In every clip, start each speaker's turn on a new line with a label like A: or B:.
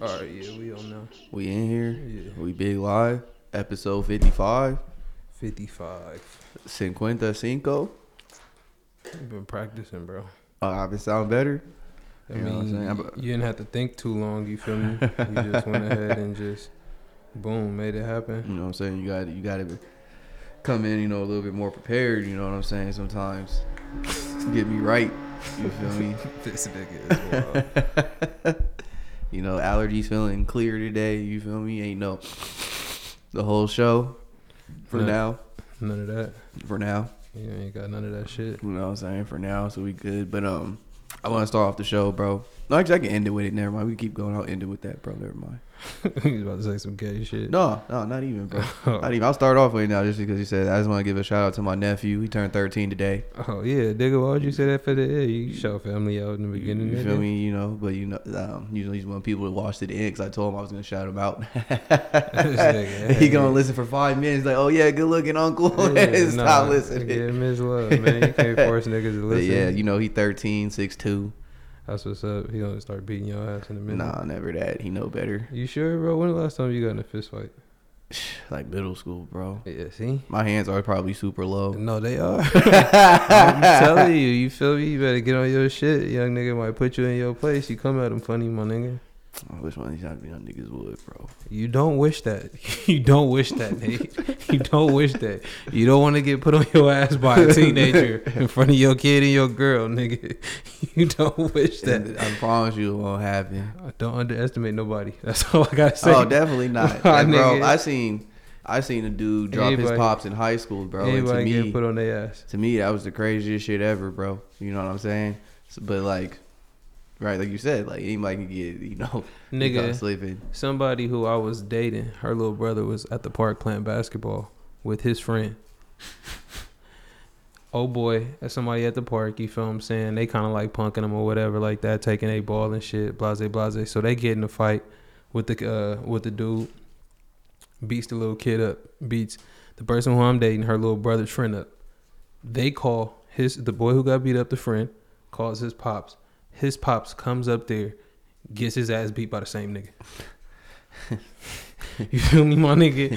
A: All right, yeah, we on now.
B: We in here.
A: Yeah.
B: We big live. Episode 55.
A: 55.
B: 55.
A: You've been practicing, bro.
B: Uh, I've been sounding better.
A: I
B: You know what I'm
A: mean,
B: saying? I'm-
A: y- you didn't have to think too long, you feel me? you just went ahead and just, boom, made it happen.
B: You know what I'm saying? You got to you got to come in, you know, a little bit more prepared, you know what I'm saying? Sometimes get me right. You feel me?
A: This nigga is wild.
B: you know, allergies feeling clear today, you feel me? Ain't no the whole show for
A: Nah.
B: now.
A: None of that.
B: For now.
A: You ain't got none of that shit.
B: You know what I'm saying? For now, so we good. But um, I want to start off the show, bro. No, actually, I can end it with it. Never mind. We keep going. I'll end it with that, bro. Never mind.
A: He's about to say some gay shit.
B: No, no, not even, bro.
A: Oh.
B: Not even. I'll start off with it now, just because you said. I just want to give a shout out to my nephew. He turned 13 today.
A: Oh, yeah, nigga, why would you say that for the yeah, You show family out in the
B: You,
A: beginning.
B: you
A: nigga.
B: feel me? You know, but you know, um, usually just want people to watch to the end because I told him I was gonna shout him out.
A: nigga,
B: he gonna
A: hey.
B: listen for five minutes. Like, oh yeah, good looking uncle.
A: Yeah,
B: Stop
A: nah,
B: listening.
A: Yeah, Ms. Love, man. You can't force niggas to
B: But
A: listen.
B: yeah, you know, he 13, 6'2".
A: That's what's up. He gonna start beating your ass in a minute.
B: Nah, never that. He know better.
A: You sure, bro? When the last time you got in a fist fight?
B: Like middle school, bro.
A: Yeah, see?
B: My hands are probably super low.
A: No, they are. I'm telling you, you feel me? You better get on your shit. Young nigga might put you in your place. You come at him funny, my nigga.
B: I wish one of these young young niggas would, bro.
A: You don't wish that. You don't wish that, nigga. You don't wish that. You don't want to get put on your ass by a teenager in front of your kid and your girl, nigga. You don't wish that.
B: I promise you it won't happen.
A: Don't underestimate nobody. That's all I gotta say.
B: Oh, definitely not,
A: My
B: Like, bro.
A: nigga.
B: I seen, I seen a dude drop his
A: Anybody-
B: pops in high school, bro. And to
A: Anybody
B: me,
A: get put on their ass.
B: to me, that was the craziest shit ever, bro. You know what I'm saying? So, but like, right, like you said, like anybody can get, you know,
A: Nigga.
B: caught sleeping.
A: somebody who I was dating, her little brother was at the park playing basketball with his friend. oh boy, that's somebody at the park, you feel what I'm saying? They kind of like punking him or whatever like that, taking a ball and shit, blase blase. So they get in a fight with the uh, with the dude, beats the little kid up, beats the person who I'm dating, her little brother's friend up. They call his the boy who got beat up, the friend, calls his pops. His pops comes up there, gets his ass beat by the same nigga. You feel me, my nigga?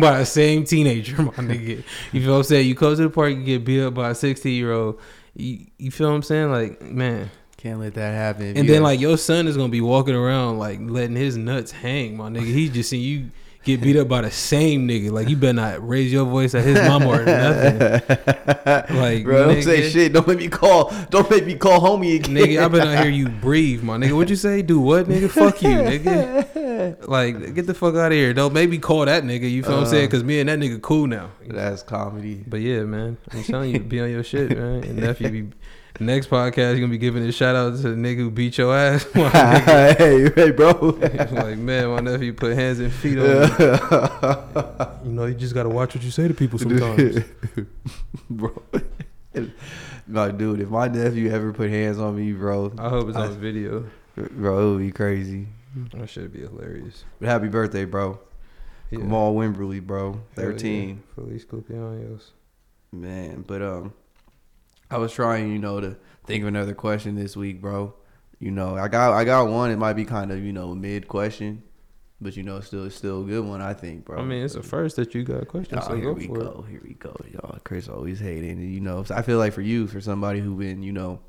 A: by the same teenager, my nigga. You feel what I'm saying? You come to the park, you get beat up by a 16 year old. You, you feel what I'm saying? Like, man.
B: Can't let that happen. If
A: And
B: you
A: then,
B: got-
A: like, your son is going to be walking around, like, letting his nuts hang, my nigga. He just seen you get beat up by the same nigga. Like, you better not raise your voice at his mama or nothing. Like,
B: bro, don't say
A: nigga.
B: shit. Don't make me call. Don't make me call homie again.
A: Nigga, I better not hear you breathe, my nigga. What you say? Do what, nigga? Fuck you, nigga. Like, get the fuck out of here. Don't maybe call that nigga. You feel what I'm saying? Because me and that nigga cool now.
B: That's comedy.
A: But yeah, man, I'm telling you, be on your shit, man. And nephew, be, next podcast, you gonna be giving a shout out to the nigga who beat your ass. My nigga.
B: hey, hey, bro.
A: like, man, my nephew put hands and feet on me.
B: Yeah.
A: You know, you just gotta watch what you say to people sometimes.
B: bro. No, dude, if my nephew ever put hands on me, bro,
A: I hope it's on video.
B: bro, it would be crazy.
A: That should be hilarious.
B: But happy birthday, bro.
A: Yeah.
B: Kamal Wimberly, bro.
A: Hell yeah.
B: 13.
A: Feliz cumpleaños.
B: Man, but um I was trying, you know, to think of another question this week, bro. You know, I got I got one. It might be kind of, you know, mid question, but you know, still it's still a good one, I think, bro.
A: I mean, it's the first that you got questions.
B: Oh,
A: so
B: here
A: go
B: we
A: for
B: go. Here we go. Y'all, Chris always hating. You know, so I feel like for you, for somebody who been, you know,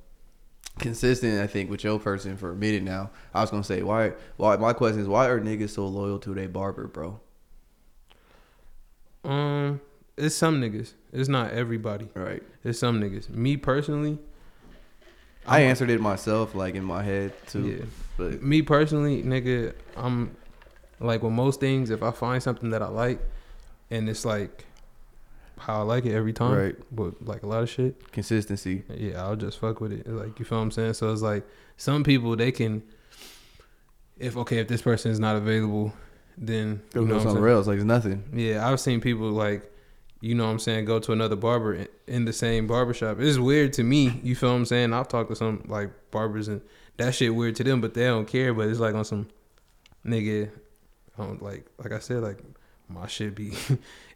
B: consistent, I think, with your person for a minute now, I was gonna say, why why my question is why are niggas so loyal to their barber, bro?
A: it. Um, it's some niggas. It's not everybody.
B: Right.
A: It's some niggas. Me personally,
B: I answered it myself, like in my head too.
A: Yeah.
B: But
A: me personally, nigga, I'm like with most things. If I find something that I like, and it's like how I like it every time,
B: Right.
A: But like a lot of shit,
B: consistency.
A: yeah, I'll just fuck with it. Like you feel what I'm saying? So it's like some people they can, if okay, if this person is not available, then
B: Go
A: you know
B: do
A: what I'm
B: somewhere
A: saying?
B: else. Like it's nothing.
A: Yeah, I've seen people like, you know what I'm saying, go to another barber in- in the same barbershop. It's weird to me, you feel what I'm saying? I've talked to some like barbers and that shit weird to them, but they don't care. But it's like on some nigga, I don't like like I said, like my shit be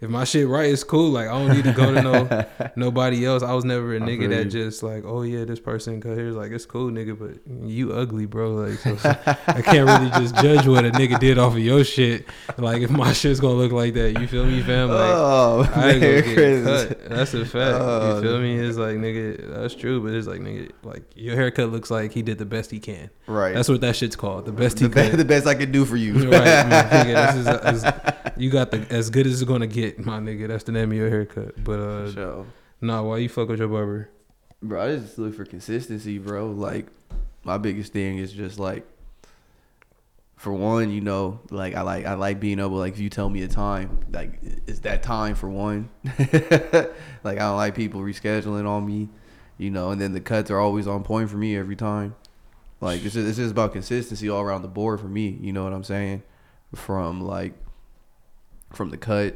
A: if my shit right, it's cool. Like I don't need to go to no nobody else. I was never a
B: I
A: nigga
B: feel
A: that
B: you.
A: just like, oh yeah, this person cut hair. Like it's cool, nigga, but you ugly, bro. Like so, so I can't really just judge what a nigga did off of your shit. Like if my shit's gonna look like that, you feel me, fam? Like
B: oh,
A: I ain't
B: Merry
A: gonna get
B: Christmas.
A: cut. That's a fact.
B: Oh,
A: you feel me? It's like nigga, that's true, but it's like nigga, like your haircut looks like he did the best he can.
B: Right.
A: That's what that shit's called, the best
B: the,
A: he
B: be-
A: can.
B: the best I can do for
A: You're
B: you.
A: right, my nigga. This is as, you got the as good as it's gonna get, my nigga. That's the name of your haircut. But uh,
B: So,
A: nah, why you fuck with your barber?
B: bro, I just look for consistency, bro. Like my biggest thing is just like, for one, you know, like I like I like being able like if you tell me a time, like it's that time for one. like I don't like people rescheduling on me, you know, and then the cuts are always on point for me every time. Like it's just, it's just about consistency all around the board for me. You know what I'm saying? From like from the cut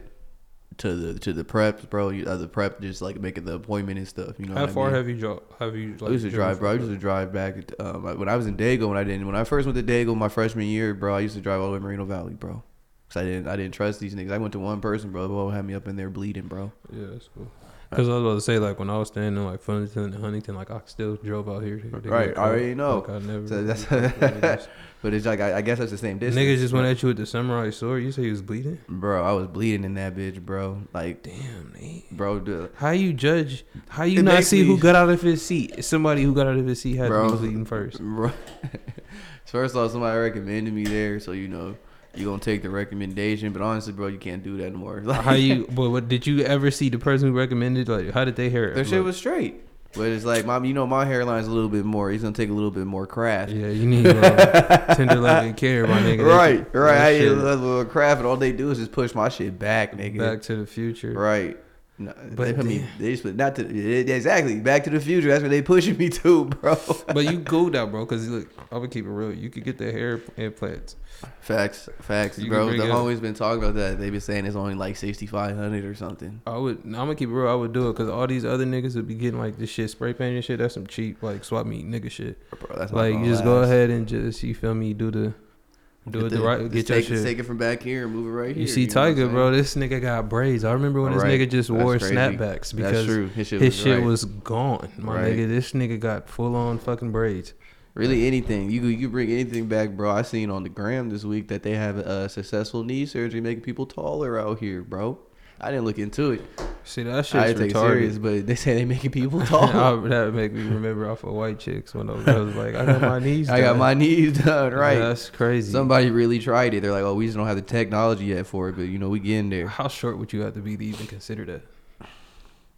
B: to the to the preps, bro. You, uh, the prep just like making the appointment and stuff. You know
A: How
B: what I
A: far
B: mean?
A: have you dro- have you? Like,
B: I used to
A: driven
B: drive, bro. I
A: from-
B: used to drive back um, I- when I was in Dago. When I didn't, when I first went to Dago my freshman year, bro, I used to drive all the way to Merino Valley, bro. Cause I didn't, I didn't trust these niggas. I went to one person, bro. Bro had me up in there bleeding, bro.
A: Yeah, that's cool. Because I was about to say, like, when I was staying in, like, Fullerton and Huntington, like, I still drove out here. to get
B: Right, I already
A: coke.
B: know.
A: Like, I never.
B: So that's-
A: that's
B: But it's like I, I guess that's the same distance.
A: Niggas just went at you with the samurai sword. You say you was bleeding?
B: bro. I was bleeding in that bitch, bro. Like,
A: Damn, man.
B: bro, dude,
A: How you judge? How you
B: It
A: not
B: makes
A: see who
B: me-
A: got out of his seat? Somebody who got out of his seat had to
B: Bro.
A: be bleeding first.
B: Bro, first off, somebody recommended me there, so you know you gonna take the recommendation. But honestly, bro, you can't do that anymore. Like,
A: How you? But what did you ever see the person who recommended? Like, how did they hear it?
B: their shit was straight, but it's like, mom, you know my hairline's a little bit more. It's gonna take a little bit more craft.
A: Yeah, you need uh, tender loving care, my nigga. That
B: Right,
A: shit-
B: right.
A: that
B: I ain't a
A: shit-
B: little craft, and all they do is just push my shit back, nigga.
A: Back to the future.
B: Right. No, they
A: But
B: put me.
A: damn.
B: They just put not to yeah, exactly back to the future. That's what they pushing me to, bro.
A: But you go that, bro, because look, I would keep it real. You could get the hair implants.
B: Facts, facts,
A: You can
B: bro.
A: bring
B: The
A: it-
B: homies been talking about that. They been saying it's only like sixty five hundred or something.
A: I would. I'm gonna keep it real. I would do it because all these other niggas would be getting like this shit spray paint and shit. That's some cheap like swap meet nigga shit.
B: Bro, that's not
A: like
B: gonna
A: you just go
B: last.
A: ahead and just you feel me do the do
B: Get
A: it the,
B: the-
A: right get
B: just
A: your
B: take, it,
A: shit.
B: take it from back here and move it right here.
A: you see
B: know what I'm
A: Tiger,
B: saying?
A: bro. This nigga got braids. I remember when this
B: Right.
A: nigga just
B: That's
A: wore
B: crazy.
A: snapbacks
B: that's
A: because
B: true. His shit,
A: his
B: was,
A: shit
B: right.
A: was gone. My
B: Right.
A: nigga, this nigga got full on fucking braids.
B: really anything. You could- you could bring anything back, bro. I seen on the gram this week that they have a successful knee surgery making people taller out here, bro. I didn't look into it.
A: See that
B: I
A: shit's
B: didn't take it
A: retarded. Oh,
B: serious, but they say they making people
A: I,
B: taller.
A: that would make me remember off of white chicks when I was, I was like, I got my knees.
B: I got
A: done.
B: my knees done right.
A: That's crazy.
B: Somebody really tried it. They're like, "Oh, we just don't have the technology yet for it, but you know, we get in there."
A: How short would you have to be to even consider that?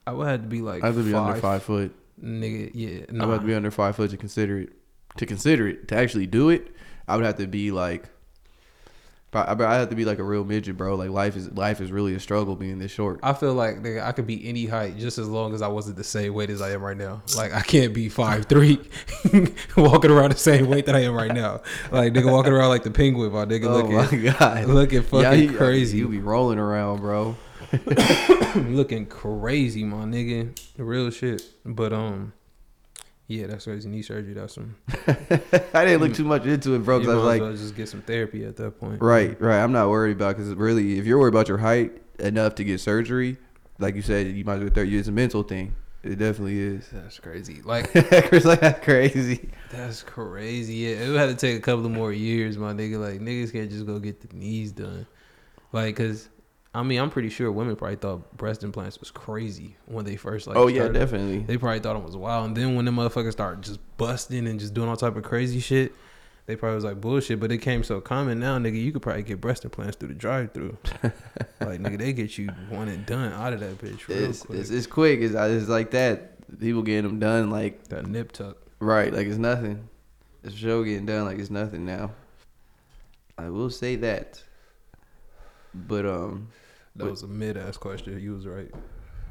A: I would have to be like
B: I have to be
A: five,
B: under five foot.
A: Nigga, yeah,
B: I would
A: nah.
B: have to be under five foot to consider it. To consider it, to actually do it, I would have to be like, I would have to be like a real midget, bro. Like life is life is really a struggle being this short.
A: I feel like nigga, I could be any height just as long as I wasn't the same weight as I am right now. Like I can't be five three, walking around the same weight that I am right now. Like nigga walking around like the penguin, my nigga
B: oh
A: looking
B: my god,
A: looking fucking
B: you-
A: crazy.
B: You be rolling around, bro.
A: looking crazy, my nigga. Real shit. But um yeah, that's crazy. Knee surgery, that's some
B: I didn't look too much into it, bro.
A: you
B: Because I was
A: might as
B: like,
A: well just get some therapy at that point.
B: Right, right. I'm not worried about because really, if you're worried about your height enough to get surgery, like you said, you might as well throw It's a mental thing. It definitely is.
A: That's crazy. Like
B: Chris, like that's crazy.
A: That's crazy. Yeah, it would have to take a couple of more years, my nigga. Like niggas can't just go get the knees done, like because I mean I'm pretty sure women probably thought breast implants was crazy when they first like.
B: oh yeah,
A: started.
B: definitely.
A: They probably thought it was wild, and then when the motherfuckers start just busting and just doing all type of crazy shit, they probably was like bullshit. But it came so common now, nigga. You could probably get breast implants through the drive-through. like nigga, they get you one and done out of that bitch real
B: It's,
A: quick.
B: it's it's quick. It's, uh, it's like that. People getting them done like
A: that nip tuck.
B: right, like it's nothing. It's show getting done like it's nothing now. I will say that. But um,
A: That
B: But-
A: was a mid ass question. You was right.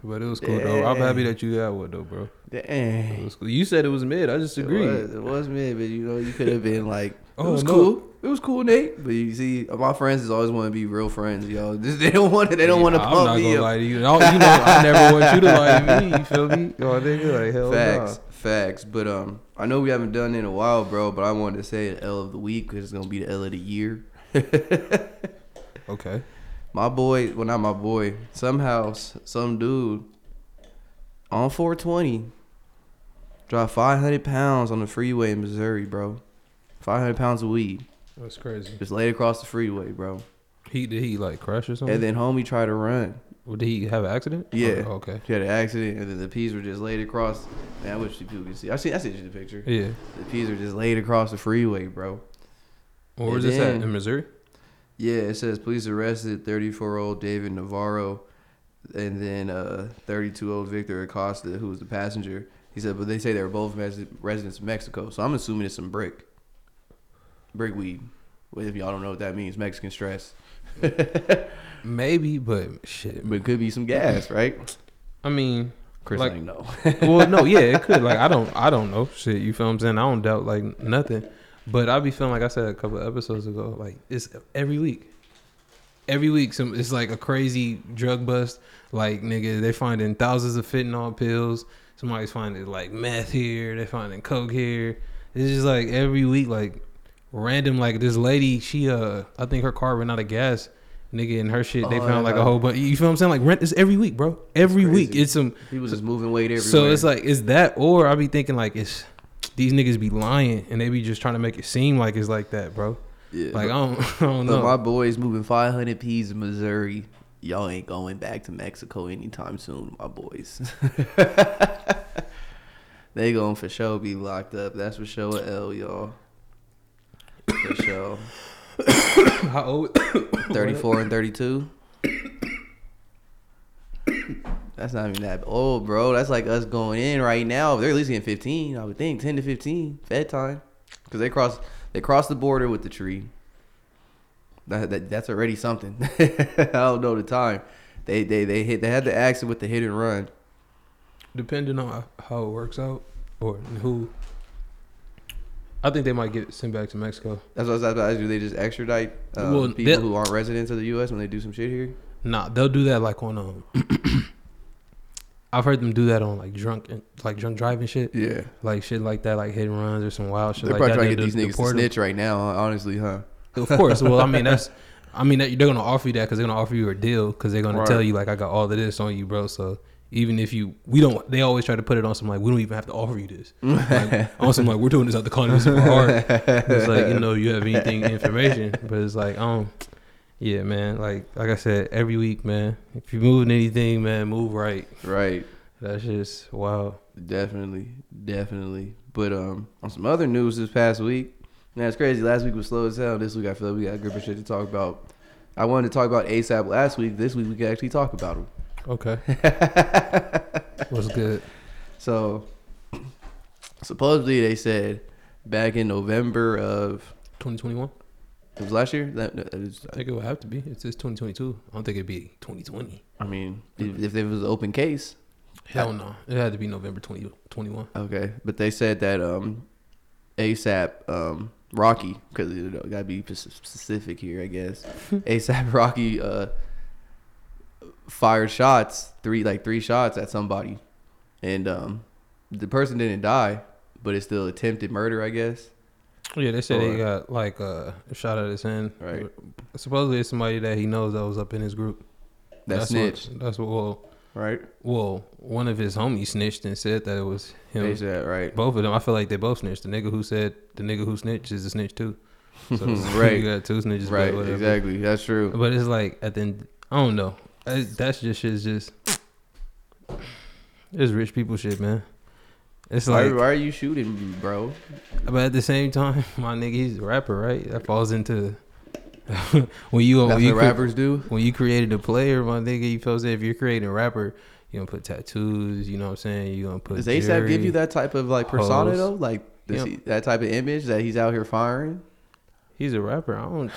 A: But it was cool though. I'm happy that you got one though, bro.
B: dang. eh,
A: It was cool. You said it was mid. I just
B: It
A: agreed.
B: was, it was me, but you know you could have been like it
A: Oh,
B: was
A: no.
B: cool. It was cool, Nate. But you see, my friends is always want to be real friends, yo. They don't want to. They don't want to
A: I'm
B: pump
A: not
B: me
A: gonna
B: up.
A: lie to you. No, you know, I never want you to lie to me. You feel me? Oh, nigga, like hell
B: Facts, facts. But um, I know we haven't done it in a while, bro. But I wanted to say the L of the week because it's gonna be the L of the year.
A: nah. Okay.
B: my boy, well not my boy. Somehow, s- some dude on 420 dropped 500 pounds on the freeway in Missouri, bro. 500 pounds of weed
A: That's crazy.
B: just laid across the freeway, bro.
A: He did he like crash or something?
B: And then homie tried to run.
A: Well, did he have an accident?
B: Yeah.
A: Oh, okay.
B: He had an accident, and then the peas were just laid across. Man, I wish you people could see. I see. I sent you the picture.
A: Yeah.
B: The peas are just laid across the freeway, bro.
A: Where was
B: And
A: this at?
B: then-
A: In Missouri?
B: Yeah, it says police arrested 34-year-old David Navarro, and then uh, 32-year-old Victor Acosta, who was the passenger. He said, but they say they were both mes- residents of Mexico, so I'm assuming it's some brick, brick weed. Well, If y'all don't know what that means, Mexican stress, but
A: Maybe, but shit.
B: it could be some gas, right?
A: I mean,
B: Chris,
A: Like-
B: like, no.
A: well, no, yeah, it could. Like, I don't, I don't know. Shit, you feel what I'm saying? I don't doubt like nothing, but I be feeling like I said a couple of episodes ago. Like, it's every week. Every week, some it's like a crazy drug bust. Like nigga, they finding thousands of fentanyl pills. Somebody's finding like meth here. They finding coke here. It's just like every week, like random. Like this lady, she uh, I think her car ran out of gas. Nigga, and her shit, they
B: Oh,
A: found like
B: yeah.
A: a whole bunch. You feel what I'm saying? Like rent is every week, bro. Every week,
B: crazy.
A: it's some
B: he was just moving weight everywhere.
A: so it's like it's that, or I be thinking like it's these niggas be lying and they be just trying to make it seem like it's like that, bro.
B: yeah,
A: Like I don't, I don't
B: But
A: know.
B: my boys moving 500 P's in Missouri. Y'all ain't going back to Mexico anytime soon, my boys. they going for sure be locked up. That's for sure a L, y'all. For sure.
A: How old?
B: 34 and 32. That's not even that old, bro. That's like us going in right now. They're at least getting 15, I would think. 10 to 15, fed time. Because they cross, they cross the border with the tree. That, that, that's already something. I don't know the time. They they they hit. They had the accident with the hit and run.
A: Depending on how it works out or who, I think they might get sent back to Mexico.
B: That's what I was about to ask you. They just extradite um,
A: Well,
B: people
A: that-
B: who aren't residents of the U.S. when they do some shit here.
A: Nah, they'll do that like on um. I've heard them do that on like drunk and like drunk driving shit,
B: Yeah,
A: like shit like that, like hit and runs or some wild shit
B: they're
A: like
B: probably
A: that.
B: trying to get
A: They'll
B: these niggas to
A: deport 'em.
B: snitch right now. Honestly, huh?
A: Of course. Well, I mean that's, I mean that, they're gonna offer you that because they're gonna offer you a deal because they're gonna
B: Right.
A: tell you like I got all of this on you, bro. So even if you, we don't. They always try to put it on some like we don't even have to offer you this. Like, on some like we're doing this out the kindness of our heart. It's like you know you have anything information, but it's like um, yeah, man. Like like I said, every week, man. If you're moving anything, man, move right.
B: Right.
A: That's just wow.
B: Definitely, definitely. But um, on some other news this past week, man, it's crazy. Last week was slow as hell. This week I feel like we got a group of shit to talk about. I wanted to talk about ASAP last week. This week we can actually talk about him.
A: Okay, what's good?
B: so supposedly they said back in November of
A: 2021.
B: it was last year. That, that is-
A: I think it would have to be. It's just 2022. I don't think it'd be 2020.
B: I mean, if, if it was an open case,
A: Hell no. It had to be November 20, 21.
B: Okay, but they said that um, ASAP um, Rocky, because you know, gotta be p- specific here, I guess. ASAP Rocky uh, fired shots, three like three shots at somebody, and um, the person didn't die, but it's still attempted murder, I guess.
A: Yeah, they said
B: Or-
A: he got like uh, a shot at his hand.
B: Right.
A: Supposedly it's somebody that he knows that was up in his group.
B: That snitched,
A: What, that's what. Well,
B: right?
A: well, one of his homies snitched and said that it was him.
B: ASAP, right?
A: Both of them. I feel like they both snitched. The nigga who said the nigga who snitched is a snitch too. So
B: Right.
A: You got two snitches. but
B: right,
A: whatever.
B: exactly. That's true.
A: But it's like at the end, I don't know. I- That's just shit's just. It's rich people shit, man. It's
B: Why,
A: like
B: why are you shooting, me, bro?
A: But at the same time, my nigga, he's a rapper, right? That falls into when you
B: That's
A: when
B: what
A: you, cre-
B: rappers do.
A: when you created a player, my nigga, you feel saying if you're creating a rapper, you gonna put tattoos. You know what I'm saying? You gonna put.
B: Does ASAP give
A: jewelry.
B: you that type of like persona
A: hoes.
B: though? Like does
A: Yep.
B: he, that type of image that he's out here firing?
A: He's a rapper. I don't.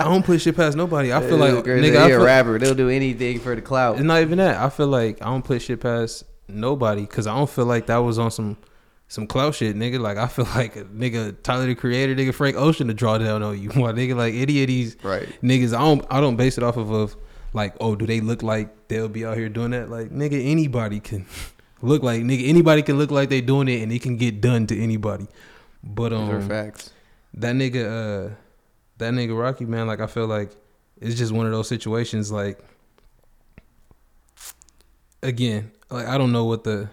A: I don't put shit past nobody. I feel
B: It's
A: like
B: crazy.
A: nigga, I
B: He a
A: feel,
B: rapper. They'll do anything for the clout.
A: it's not even that. I feel like I don't put shit past nobody because I don't feel like that was on some some clout shit, nigga. Like I feel like a nigga Tyler the Creator, nigga Frank Ocean to draw down on you, my nigga. Like any of these
B: Right.
A: niggas, I don't I don't base it off of, of like oh do they look like they'll be out here doing that? Like nigga anybody can look like nigga anybody can look like they doing it and it can get done to anybody. But
B: Those
A: um,
B: are facts.
A: that nigga uh that nigga Rocky man like I feel like it's just one of those situations like again like I don't know what the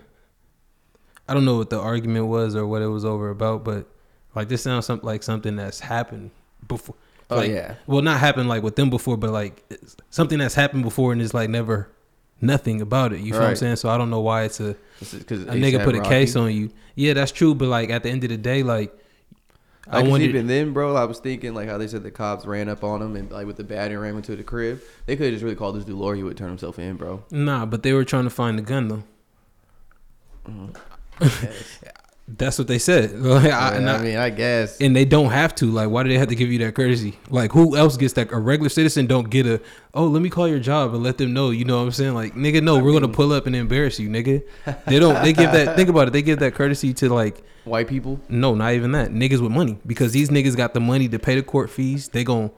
A: I don't know what the argument was or what it was over about but like this sounds some, like something that's happened before
B: Oh
A: like,
B: yeah.
A: well not happened like with them before but like it's something that's happened before and it's like never nothing about it you feel what I'm
B: Right.
A: saying so I don't know why it's a
B: Because
A: a nigga put a case on you yeah that's true but like at the end of the day like
B: Like, 'cause even then, bro, I was thinking like how they said the cops ran up on him and like with the bat and ran into the crib. They could have just really called this dude Lori. He would turn himself in, bro.
A: Nah, but they were trying to find the gun though.
B: Yes.
A: That's what they said. Like, I-
B: Mm. Yeah,
A: and, I-
B: I mean, I guess.
A: and they don't have to. Like, why do they have to give you that courtesy? Like, who else gets that? A regular citizen don't get a. Oh, let me call your job and let them know. You know what I'm saying? Like, nigga, no, we're gonna pull up and embarrass you, nigga. They don't. They give that. Think about it. They give that courtesy to like
B: White people.
A: no, not even that. Niggas with money because these niggas got the money to pay the court fees. They gon'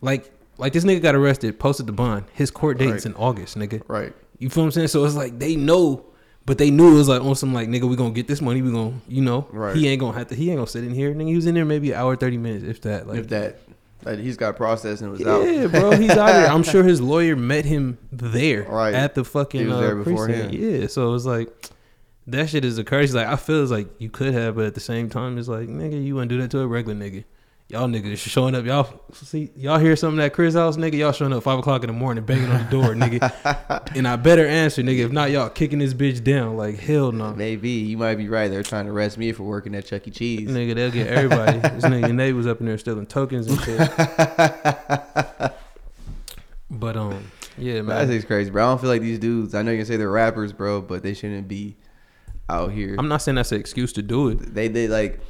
A: like like this nigga got arrested, posted the bond. His court date's
B: Right.
A: in August, nigga.
B: Right.
A: You feel what I'm saying? So it's like they know, but they knew it was like on some like nigga, we gonna get this money, we gonna you know,
B: Right.
A: he ain't gonna have to, he ain't gonna sit in here. Nigga, he was in there maybe an hour thirty minutes, if that. Like,
B: if that, like, he's got processed and was out.
A: yeah, bro, he's out here. I'm sure his lawyer met him there,
B: Right.
A: at the fucking
B: He was
A: uh,
B: there beforehand.
A: precinct. Yeah, so it was like. That shit is a curse. Like I feel it's like you could have, but at the same time, it's like nigga, you wouldn't do that to a regular nigga. Y'all niggas showing up. Y'all see, y'all hear something at Chris' house, nigga. Y'all showing up five o'clock in the morning, banging on the door, nigga. And I better answer, nigga. If not, y'all kicking this bitch down. Like hell no,
B: Maybe you might be right. They're trying to arrest me for working at Chuck E. Cheese.
A: nigga. They'll get everybody. this nigga Nate was up in there stealing tokens and shit. But um, yeah,
B: That
A: man.
B: thing's crazy, bro. I don't feel like these dudes. I know you can say they're rappers, bro, but they shouldn't be out here.
A: I'm not saying that's an excuse to do it.
B: they they like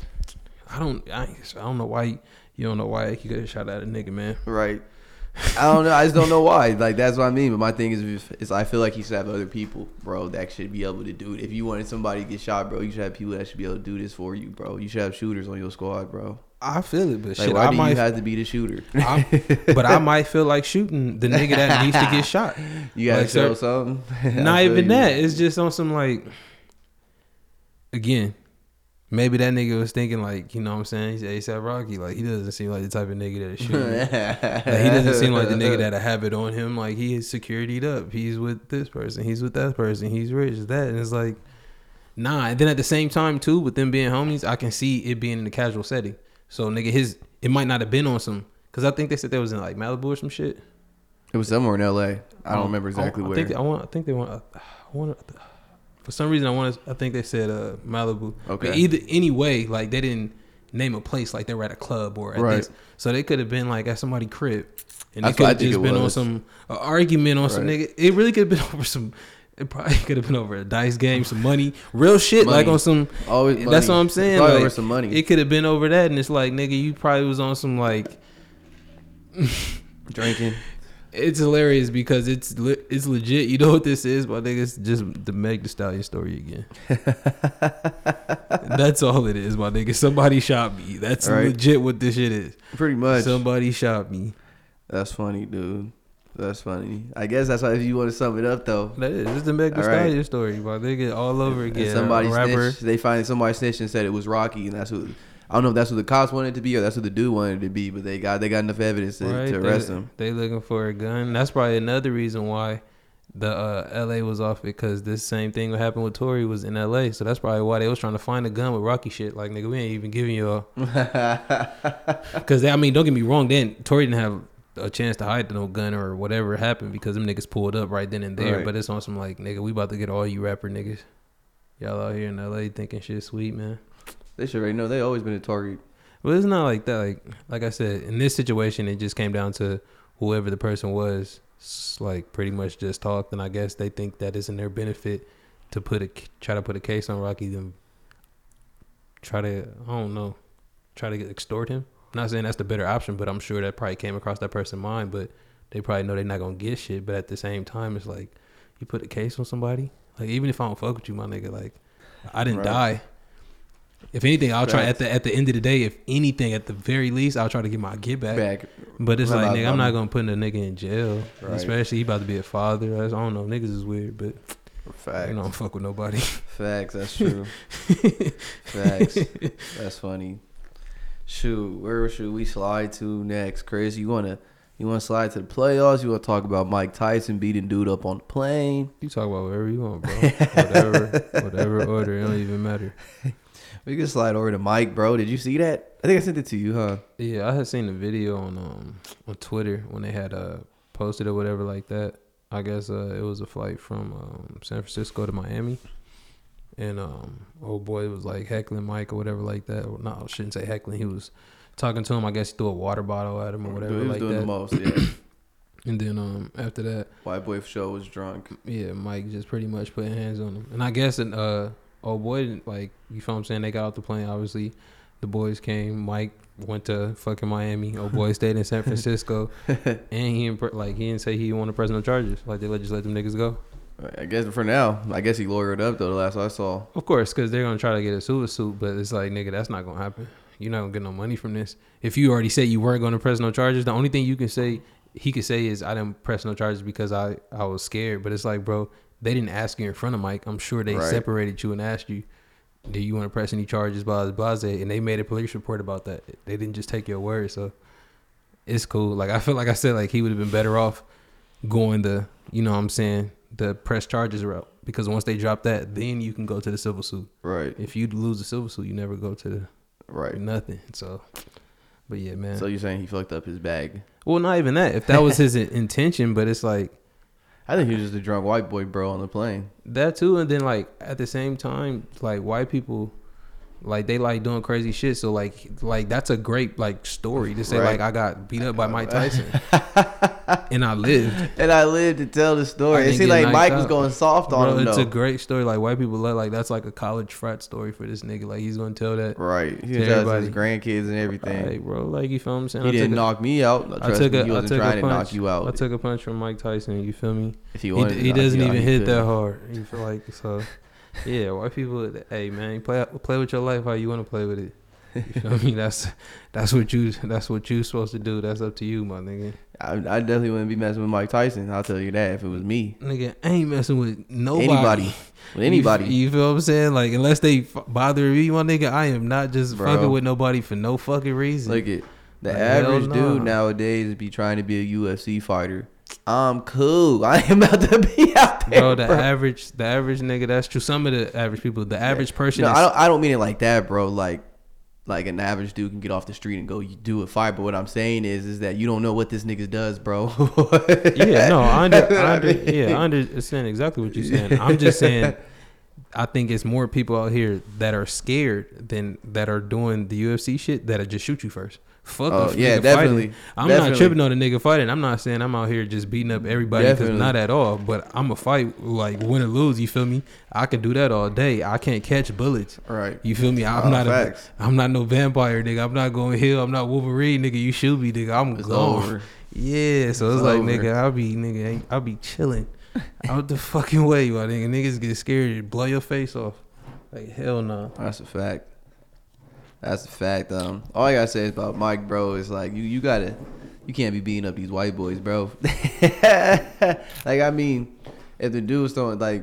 A: I don't. I, I don't know why. You, you don't know why you got shot at a nigga, man.
B: right. I don't know. I just don't know why. Like that's what I mean. But my thing is, if, is I feel like he should have other people, bro, that should be able to do it. If you wanted somebody to get shot, bro, you should have people that should be able to do this for you, bro. You should have shooters on your squad, bro.
A: I feel it, but
B: Like
A: shit,
B: why
A: I
B: do
A: might.
B: you have to be the shooter?
A: I- but I might feel like shooting the nigga that needs to get shot.
B: You gotta
A: Like,
B: show
A: sir,
B: something.
A: Not
B: I feel
A: even
B: you.
A: that. It's just on some like. Again, maybe that nigga was thinking like you know what I'm saying. He's ASAP Rocky. Like he doesn't seem like the type of nigga that shoot. Like, he doesn't seem like the nigga that have it on him. Like he is securityed up. He's with this person. He's with that person. He's rich. That and it's like, nah. And then at the same time too, with them being homies, I can see it being in a casual setting. So nigga, his it might not have been on some because I think they said they was in like Malibu or some shit.
B: It was somewhere in L.A. I don't remember exactly
A: Um, Oh, I,
B: where.
A: I think, I want. I think they want. I want. For some reason, I want. to I think they said uh, Malibu.
B: Okay.
A: But either anyway, like they didn't name a place like they were at a club or at
B: Right.
A: this. So they could have been like at somebody crib, and they
B: That's what
A: could
B: I
A: have
B: think
A: just
B: it
A: been on
B: was.
A: some a argument on some
B: Right.
A: nigga. It really could have been over some. It probably could have been over a dice game, some money, real shit, like
B: Money.
A: on some.
B: Always
A: That's
B: money.
A: what I'm saying.
B: Probably
A: like,
B: worth some money.
A: It could have been over that, and it's like, nigga, you probably was on some like.
B: drinking.
A: It's hilarious because it's le- it's legit. You know what this is, my nigga. It's just the Meg Thee Stallion story again. That's all it is, my nigga. Somebody shot me. That's
B: Right.
A: legit what this shit is.
B: Pretty much.
A: Somebody shot me.
B: that's funny, dude. That's funny. I guess that's why if you want to sum it up though.
A: That is. It's the Meg Thee
B: All right.
A: Stallion story, my nigga. All over
B: and
A: again.
B: somebody
A: Somebody rapper.
B: snitched. They find somebody snitched and said it was Rocky, and that's who. I don't know if that's who the cops wanted to be or that's who the dude wanted to be, but they got they got enough evidence to,
A: Right?
B: to arrest
A: they,
B: him.
A: They looking for a gun. That's probably another reason why the uh, LA was off because this same thing what happened with Tory was in LA. So that's probably why they was trying to find a gun with Rocky shit. Like nigga, we ain't even giving you all Because I mean, don't get me wrong. Then Tory didn't have a chance to hide no gun or whatever happened because them niggas pulled up right then and there.
B: Right.
A: But it's on some like nigga, we about to get all you rapper niggas. Y'all out here in LA thinking shit sweet, man.
B: they should already know. They always been a target.
A: But it's not like that. Like like I said, in this situation, it just came down to whoever the person was, s- like pretty much just talked, and I guess they think that it's in their benefit to put a c- try to put a case on Rocky, then try to I don't know, try to get- extort him. I'm not saying that's the better option, but I'm sure that probably came across that person's mind. But they probably know they're not gonna get shit. But at the same time, it's like you put a case on somebody. Like even if I don't fuck with you, my nigga, like I didn't
B: Right.
A: die. If anything, I'll try at
B: Facts.
A: the at the end of the day. If anything, at the very least, I'll try to get my get back.
B: back.
A: But it's
B: What
A: like,
B: about-
A: nigga, I'm not gonna put a nigga in jail,
B: Right.
A: especially he about to be a father. I don't know, niggas is weird, but
B: Facts.
A: you know, I don't fuck with nobody.
B: Facts. That's true. Facts. That's funny. Shoot, where should we slide to next, Chris? You wanna you wanna slide to the playoffs? You wanna talk about Mike Tyson beating dude up on the plane?
A: You talk about whatever you want, bro. Whatever, whatever order, it don't even matter.
B: We can slide over to Mike, bro. Did you see that? I think I sent it to you, huh?
A: Yeah, I had seen a video on um on Twitter when they had uh posted or whatever like that. I guess uh, it was a flight from um, San Francisco to Miami, and um old boy was like heckling Mike or whatever like that. Well, No, I shouldn't say heckling. He was talking to him. I guess he threw a water bottle at him or whatever
B: Oh, Dude was
A: like
B: doing the
A: that.
B: most, yeah.
A: And then um after that,
B: White boy for sure was drunk.
A: yeah, Mike just pretty much putting hands on him. And I guess and uh oh boy didn't- like you feel what I'm saying, they got off the plane, obviously. The boys came, Mike went to fucking Miami. Oh boy stayed in San Francisco. and he impre- like he didn't say he wanted personal charges. Like they let just let them niggas go.
B: I guess for now, I guess he lawyered up though. The last I saw,
A: Of course, because they're gonna try to get a super suit, but it's like nigga, that's not gonna happen. You're not gonna get no money from this. If you already said you weren't gonna press no charges, the only thing you can say he could say is I didn't press no charges because I I was scared. But it's like, bro, they didn't ask you in front of Mike. I'm sure they
B: Right.
A: separated you and asked you, do you want to press any charges, blah blah blah, and they made a police report about that. They didn't just take your word, so it's cool. Like I feel like I said, like he would have been better off going the you know what I'm saying the press charges route because once they drop that, then you can go to the civil suit.
B: right,
A: If you lose the civil suit, you never go to the,
B: right.
A: nothing. So, but yeah, man.
B: So you're saying he fucked up his bag?
A: well, not even that. If that was his in- intention, but it's like
B: I think he was just a drunk white boy, bro, on the plane.
A: that too. And then like at the same time, like white people, like they like doing crazy shit. So like like that's a great like story to say
B: Right.
A: like I got beat up by Mike Tyson and I lived.
B: And I lived to tell the
A: I
B: story. It
A: didn't
B: seemed
A: get
B: like
A: knocked
B: Mike was
A: out.
B: going soft on
A: Bro,
B: him
A: it's
B: though.
A: a great story. Like white people love like that's like a college frat story for this nigga. Like he's gonna tell that.
B: Right. He
A: to
B: was telling his grandkids and everything.
A: Hey, bro, like you feel what I'm saying?
B: He
A: I took
B: didn't
A: a-
B: knock me out.
A: I
B: Trust
A: took
B: me,
A: a-
B: he
A: I
B: wasn't
A: took a
B: trying to knock
A: punch.
B: you
A: I
B: out.
A: took a punch from Mike Tyson. You feel me?
B: if he
A: He,
B: wanted
A: d-
B: to
A: he
B: knock
A: doesn't
B: you out,
A: even
B: he
A: hit
B: could.
A: that hard. You feel like so? Yeah, white people. Hey man, play play with your life how you want to play with it. You feel me? That's that's what you that's what you supposed to do. That's up to you, my nigga.
B: I, I definitely wouldn't be messing with Mike Tyson. I'll tell you that if it was me,
A: Nigga, I ain't messing with nobody.
B: anybody, with anybody.
A: You, you feel what I'm saying? Like unless they f- bother me, my nigga, I am not just
B: Bro.
A: fucking with nobody for no fucking reason.
B: Look at the
A: Like, hell
B: average dude
A: nah.
B: nowadays be trying to be a UFC fighter. I'm cool. I am about to be out there,
A: bro, the average the average nigga, that's true. Some of the average people, the average person
B: No,
A: is
B: I don't. I don't mean it like that, bro. Like, like an average dude can get off the street and go you do a fight. But what I'm saying is, is that you don't know what this nigga does, bro.
A: yeah, no, I, under, I, under,
B: mean-
A: yeah, I understand exactly what you're saying. I'm just saying, I think it's more people out here that are scared than that are doing the UFC shit that'll just shoot you first. Fuck
B: Oh,
A: a
B: yeah,
A: nigga
B: definitely.
A: Fighting. I'm
B: Definitely.
A: not tripping on a nigga fighting. I'm not saying I'm out here just beating up everybody 'cause
B: Definitely.
A: not at all. But I'm a fight like win or lose. You feel me? I can do that all day. I can't catch bullets.
B: Right.
A: You feel me? I'm
B: Oh,
A: not a,
B: facts.
A: I'm not no vampire nigga. I'm not going hill. I'm not Wolverine nigga. You shoot me nigga. I'm
B: It's
A: gone.
B: over.
A: Yeah, so it's,
B: It's
A: like
B: over.
A: nigga, I'll be nigga, I'll be chilling out the fucking way, my nigga. Niggas get scared, you blow your face off. Like hell no.
B: That's a fact. That's a fact. Um, all I gotta say is about Mike, bro, is like you, you gotta, you can't be beating up these white boys, bro. like I mean, if the dude was throwing like,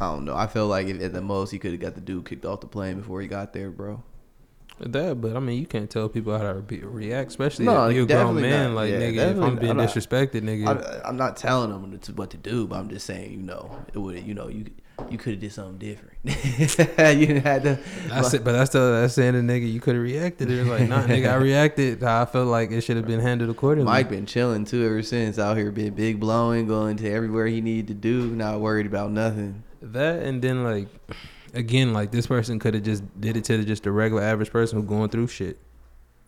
B: I don't know. I feel like if, at the most he could have got the dude kicked off the plane before he got there, bro.
A: That, but I mean, you can't tell people how to be, react, especially
B: No,
A: if you're a grown
B: definitely
A: man.
B: not.
A: Like
B: Yeah,
A: nigga, if
B: definitely
A: I'm
B: not.
A: being
B: I'm not-
A: disrespected, nigga.
B: I, I'm not telling him what to- what to do, but I'm just saying, you know, it would, you know, you you could have did something different. you had to.
A: that's it, but that's the that's saying, the nigga, you could have reacted. It was like, nah, nigga, I reacted. How I felt like it should have been handled accordingly.
B: Mike been chilling too ever since. Out here, been big blowing, going to everywhere he needed to do. Not worried about nothing.
A: That and then like again, like this person could have just did it to the, just a regular average person who going through shit.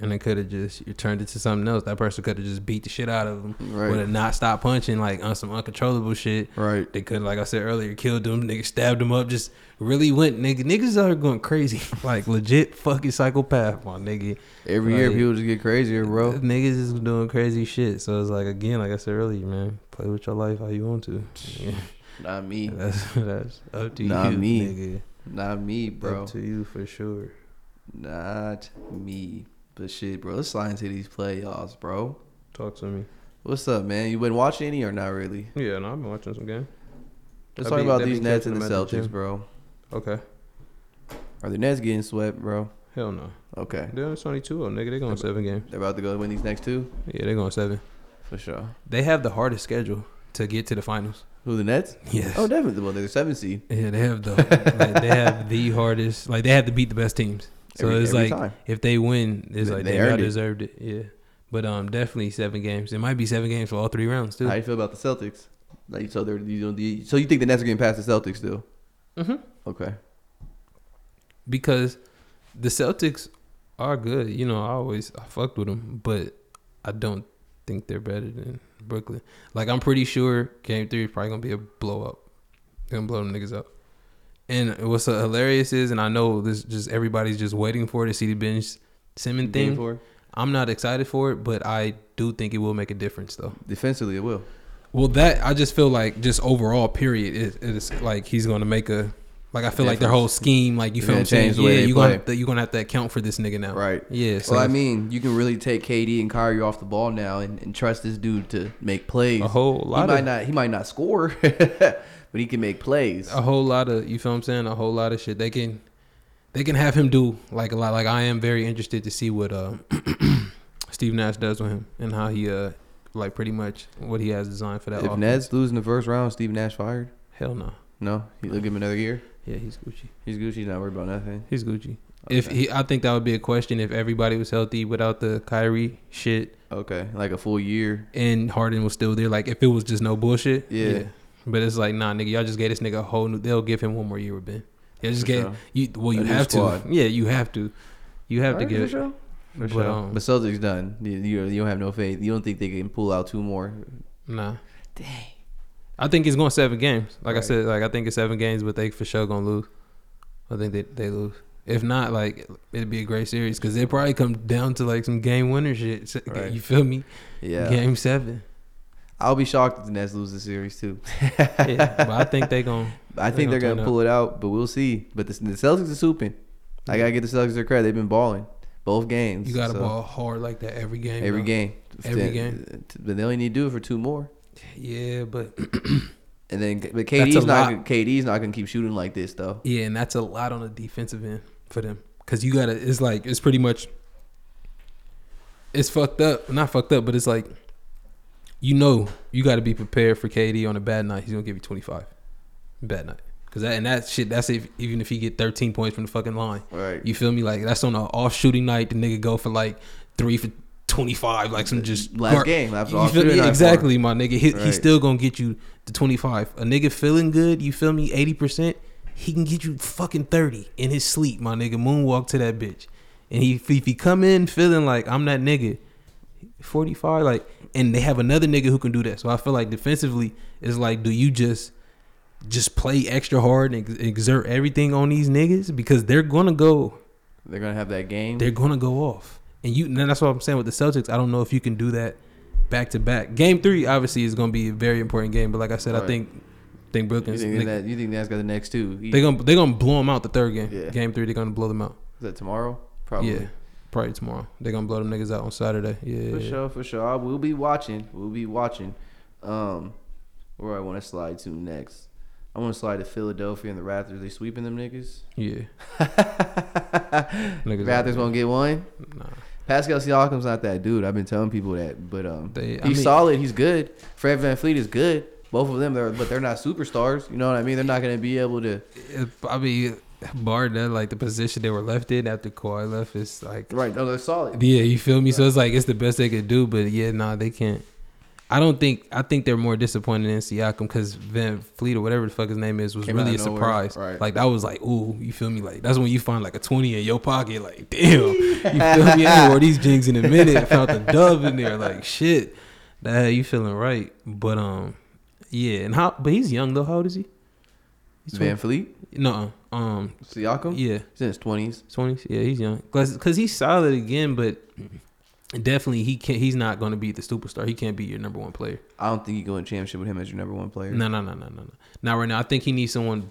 A: And it could have just you turned it to something else. That person could have just beat the shit out of them.
B: Right.
A: Would have not stopped punching like on some uncontrollable shit.
B: Right.
A: They could, like I said earlier, killed them. Nigga stabbed them up. Just really went. Nigga, niggas are going crazy. like legit fucking psychopath, my nigga.
B: Every year,
A: Right.
B: people just get crazier, bro.
A: Niggas is doing crazy shit. So it's like again, like I said earlier, man, play with your life how you want to. Yeah.
B: Not me.
A: That's that's up to
B: Not
A: you,
B: me.
A: nigga.
B: Not me, bro.
A: Up to you for sure.
B: Not me. But shit, bro. Let's slide into these playoffs, bro.
A: Talk to me.
B: What's up, man? You been watching any or not really?
A: Yeah, no, I've been watching some game.
B: Let's
A: I
B: talk
A: be-
B: about
A: I be
B: these Nets and
A: catching
B: the
A: them at the
B: Celtics,
A: gym.
B: bro.
A: Okay.
B: Are the Nets getting swept, bro?
A: Hell no.
B: Okay.
A: Damn, it's only 2 nigga. They're going seven games.
B: They're about to go win these next two?
A: Yeah, they're going seven.
B: For sure.
A: They have the hardest schedule to get to the finals.
B: Who, the Nets?
A: Yes.
B: Oh, definitely. Well, they're the seventh seed.
A: Yeah, they have the like, they have the hardest. Like they have to beat the best teams. So
B: Every-
A: it's
B: every
A: like
B: time.
A: if they win, it's
B: They-
A: like
B: they
A: they, all
B: earned it.
A: deserved it. Yeah, but um, definitely seven games. It might be seven games for all three rounds too.
B: How you feel about the Celtics? Like, so they're you know, the, so you think the Nets are getting past the Celtics still?
A: hmm
B: Okay.
A: Because the Celtics are good. You know, I always I fucked with them, but I don't think they're better than Brooklyn. Like I'm pretty sure Game Three is probably gonna be a blowout. They're gonna blow them niggas up. And what's uh, hilarious is, and I know this just everybody's just waiting for it to see the bench Simmons
B: Game
A: thing.
B: four.
A: I'm not excited for it, but I do think it will make a difference, though.
B: Defensively, it will.
A: Well, that I just feel like just overall, period, it, it is like he's going to make a like I feel like their whole scheme, like you
B: They're
A: feel what I'm
B: gonna change
A: saying?
B: the way
A: Yeah,
B: they
A: you gonna
B: play.
A: have to, you gonna have to account for this nigga now,
B: Right.
A: Yeah. So
B: well, I mean, you can really take KD and Kyrie off the ball now and, and trust this dude to make plays.
A: a whole
B: he
A: lot
B: might
A: of
B: not he might not score, but he can make plays.
A: a whole lot of you feel what I'm saying? A whole lot of shit they can they can have him do like a lot. Like I am very interested to see what uh, Steve Nash does with him and how he uh like pretty much what he has designed for that.
B: if
A: offense.
B: Nets lose in the first round, Steve Nash fired.
A: hell no,
B: No, he'll give him another year.
A: yeah, he's Gucci.
B: He's Gucci. Not worried about nothing.
A: He's Gucci. If
B: Okay.
A: he, I think that would be a question if everybody was healthy without the Kyrie shit
B: okay, like a full year.
A: and Harden was still there. Like if it was just no bullshit,
B: Yeah.
A: But it's like nah, nigga, y'all just gave this nigga a whole new. They'll give him one more year with Ben. They just
B: For
A: gave
B: sure.
A: you. Well,
B: A
A: you
B: new
A: have to.
B: squad.
A: Yeah, you have to. You have to give.
B: sure.
A: but, um,
B: But Celtics done. You, you you don't have no faith. You don't think they can pull out two more?
A: nah.
B: Dang.
A: I think it's going seven games. Like I
B: Right.
A: said, like I think it's seven games, but they for sure gonna lose. I think they they lose. If not, like it'd be a great series because they probably come down to like some game winner shit. So-
B: Right.
A: You feel me?
B: Yeah.
A: Game seven.
B: I'll be shocked if the Nets lose the series too.
A: yeah, but I think they gon'
B: I
A: They
B: think they're
A: gonna
B: gonna
A: turn
B: pull it out, but we'll see. But the, the Celtics are swooping. I gotta get the Celtics their credit. They've been balling both games.
A: you got to
B: so
A: ball hard like that every game.
B: every
A: bro.
B: game.
A: Every
B: Then-
A: game.
B: But they only need to do it for two more.
A: Yeah, but
B: And then, but
A: a
B: KD's not
A: lot.
B: gonna, KD's not gonna keep shooting like this though.
A: yeah, and that's a lot on the defensive end for them because you got to. It's like it's pretty much. It's fucked up, not fucked up, but it's like, you know, you got to be prepared for KD on a bad night. He's gonna give you twenty five, bad night, because that and that shit. That's if even if he get thirteen points from the fucking line.
B: Right.
A: You feel me? Like that's on an off shooting night. The nigga go for like three for twenty five, like some just
B: last
A: gar-
B: game. That's
A: You
B: all
A: feel-
B: shooting
A: yeah,
B: night for.
A: exactly, my nigga. He,
B: Right.
A: He's still gonna get you the twenty five. A nigga feeling good, you feel me? Eighty percent, he can get you fucking thirty in his sleep, my nigga. Moonwalk to that bitch, and he if he come in feeling like I'm that nigga, forty five, like, and they have another nigga who can do that. So I feel like defensively, it's like, do you just just play extra hard and ex- exert everything on these niggas because they're gonna go
B: They're gonna have that game.
A: they're gonna go off. And you, and that's what I'm saying with the Celtics. I don't know if you can do that back to back. Game three obviously is gonna be a very important game, but like I said, I
B: Right.
A: think think
B: you
A: Brooklyn's
B: think
A: they,
B: that? You think that's got the next two?
A: they gonna they gonna blow them out the third game.
B: Yeah.
A: Game three, they're gonna blow them out.
B: Is that tomorrow? Probably.
A: Yeah, probably tomorrow. They're gonna blow them niggas out on Saturday. Yeah,
B: For sure, for sure. I will be watching. We'll be watching. Um, where I want to slide to next? I want to slide to Philadelphia and the Raptors. They sweeping them niggas.
A: yeah. Niggas
B: Raptors won't get one.
A: Nah,
B: Pascal Siakam's not that dude. I've been telling people that, but um,
A: They- I
B: he's
A: mean-
B: solid. He's good. Fred Van Fleet is good. Both of them, they're, but they're not superstars. You know what I mean? They're not going to be able to.
A: If- I mean, bar that like the position they were left in after Kawhi left is like
B: Right? No, they're solid.
A: Yeah, you feel me? So it's like it's the best they could do, but yeah, nah, they can't. I don't think I think they're more disappointed in Siakam because Van Fleet or whatever the fuck his name is was
B: Came out
A: really a
B: of nowhere,
A: surprise.
B: right.
A: Like that was like, ooh, you feel me? Like that's when you find like a twenty in your pocket, like damn, you feel me? I ain't wore these jinx in a minute. Found the dove in there, like shit. That you feeling right, but um, yeah, and how? But he's young though. How old is he? He's
B: Van
A: twenty.
B: Fleet,
A: No, um,
B: Siakam,
A: yeah.
B: he's in his twenties.
A: Twenties, yeah, he's young. Cause, 'cause he's solid again, but definitely he can't. He's not going to be the superstar. He can't be your number one player.
B: I don't think you go in championship with him as your number one player.
A: No, no, no, no, no, no. Not right now. I think he needs someone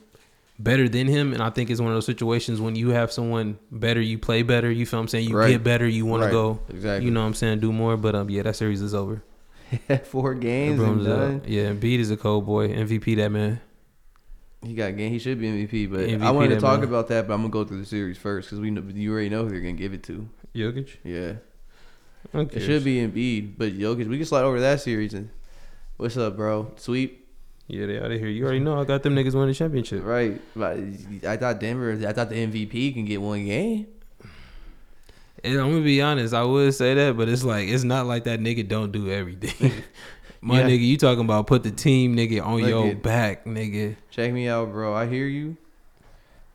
A: better than him. And I think it's one of those situations when you have someone better, you play better. You feel what I'm saying? You
B: Right.
A: get better. You want
B: Right.
A: to go.
B: Exactly.
A: You know what I'm saying? Do more. But um, yeah, that series is over.
B: Four games and
A: Brooms up.
B: done.
A: Yeah, Embiid is a cold boy. MVP that man.
B: He got game. He should be MVP. But I
A: MVP
B: wanted to
A: that
B: talk
A: man.
B: about that, but I'm gonna go through the series first because we know, you already know who they're gonna give it to.
A: Jokic.
B: Yeah,
A: Okay.
B: it should be Embiid, but Jokic. We can slide over that series and what's up, bro? Sweep,
A: Yeah, they out of here. You already know I got them niggas winning the championship.
B: right? But I thought Denver. I thought the MVP can get one game.
A: And I'm gonna be honest, I would say that, but it's like it's not like that nigga don't do everything. My
B: Yeah.
A: nigga, you talking about put the team nigga on
B: Look
A: your
B: it.
A: back, nigga.
B: Check me out, bro. I hear you,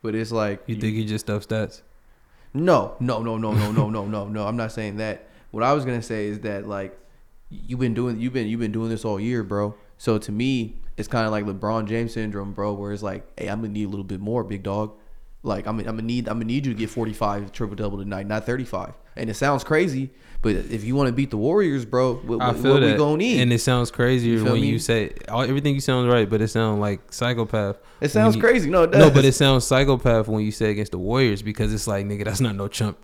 B: but it's like
A: You think he just stuff stats?
B: No, no, no, no, no, no, no, no, no. I'm not saying that. What I was gonna say is that like you've been doing you've been you've been doing this all year, bro. So to me, it's kind of like LeBron James syndrome, bro, where it's like, hey, I'm gonna need a little bit more, big dog. Like I'm, I'm gonna need I'm gonna need you to get 45 triple double tonight, not 35. And it sounds crazy, but if you want to beat the Warriors, bro, what,
A: I
B: what,
A: feel
B: what
A: that,
B: we gonna need?
A: and it sounds crazier
B: You feel
A: when
B: me?
A: you say all, everything you sounds right, but it sounds like psychopath.
B: it sounds
A: when you-
B: crazy. No, it does.
A: No, but it sounds psychopath when you say against the Warriors because it's like nigga, that's not no chump,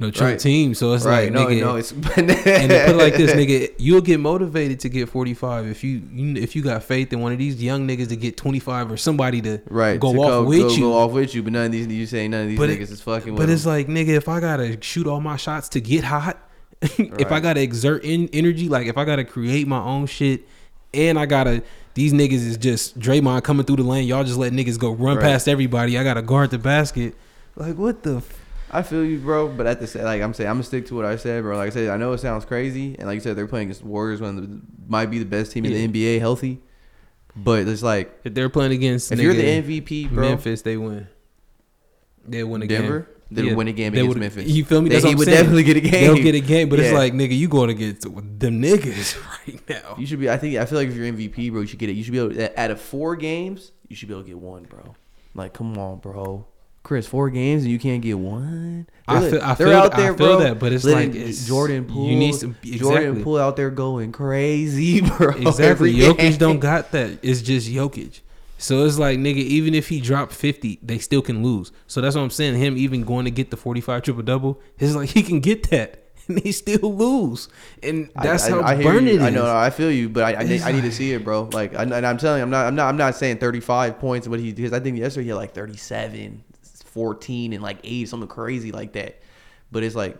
A: no chump
B: Right.
A: team. So it's like
B: right. no,
A: nigga,
B: no, it's
A: and to put it like this, nigga, you'll get motivated to get 45 if you, you if you got faith in one of these young niggas to get 25 or somebody to
B: Right.
A: go
B: to
A: off with
B: go,
A: you.
B: Go off with you, but none of these you say none of these
A: But it-
B: niggas is fucking with
A: but it's
B: him.
A: like, nigga, if I gotta shoot all my shots to get hot, if I
B: Right.
A: gotta exert in energy, like if I gotta create my own shit, and I gotta these niggas is just Draymond coming through the lane, y'all just let niggas go run
B: Right.
A: past everybody. I gotta guard the basket. Like what the f-
B: I feel you, bro. But at the sa- like I'm saying, I'm gonna stick to what I said, bro. Like I said, I know it sounds crazy, and like you said, they're playing against the Warriors, one of the, might be the best team
A: Yeah.
B: in the NBA, healthy. But it's like
A: if they're playing against
B: if
A: nigga,
B: you're the MVP, bro,
A: Memphis, they win. They win a game.
B: Denver, they
A: Yeah,
B: would win a game
A: they
B: against
A: would-
B: Memphis.
A: You feel me?
B: They,
A: That's
B: he
A: what I'm
B: would
A: saying.
B: definitely get a game.
A: They'll get a game, but it's
B: Yeah.
A: like, nigga, you going against them niggas right now.
B: you should be. I think I feel like if you're MVP, bro, you should get it. You should be able to, out of four games, you should be able to get one, bro. Like, come on, bro. Chris, four games and you can't get one.
A: I
B: They're-
A: feel- I
B: they're
A: feel- I feel that, but it's
B: letting
A: like, it's-
B: Jordan
A: you
B: Poole.
A: need some-
B: Jordan
A: exactly.
B: Poole out there going crazy, bro.
A: Exactly.
B: Every game.
A: Jokic don't got that. It's just Jokic. So it's like, nigga, even if he dropped 50, they still can lose. So that's what I'm saying. Him even going to get the 45 triple double, it's like he can get that and he still lose. And
B: I-
A: that's
B: I,
A: how
B: I hear
A: burning
B: you.
A: it is.
B: I know. I feel you, but I, I, need,
A: It's
B: I need to
A: like-
B: see it, bro. Like, I, and I'm telling you, I'm not, I'm not, I'm not saying 35 points, but he because I think yesterday he had like 37, 14, and like eight, something crazy like that. But it's like,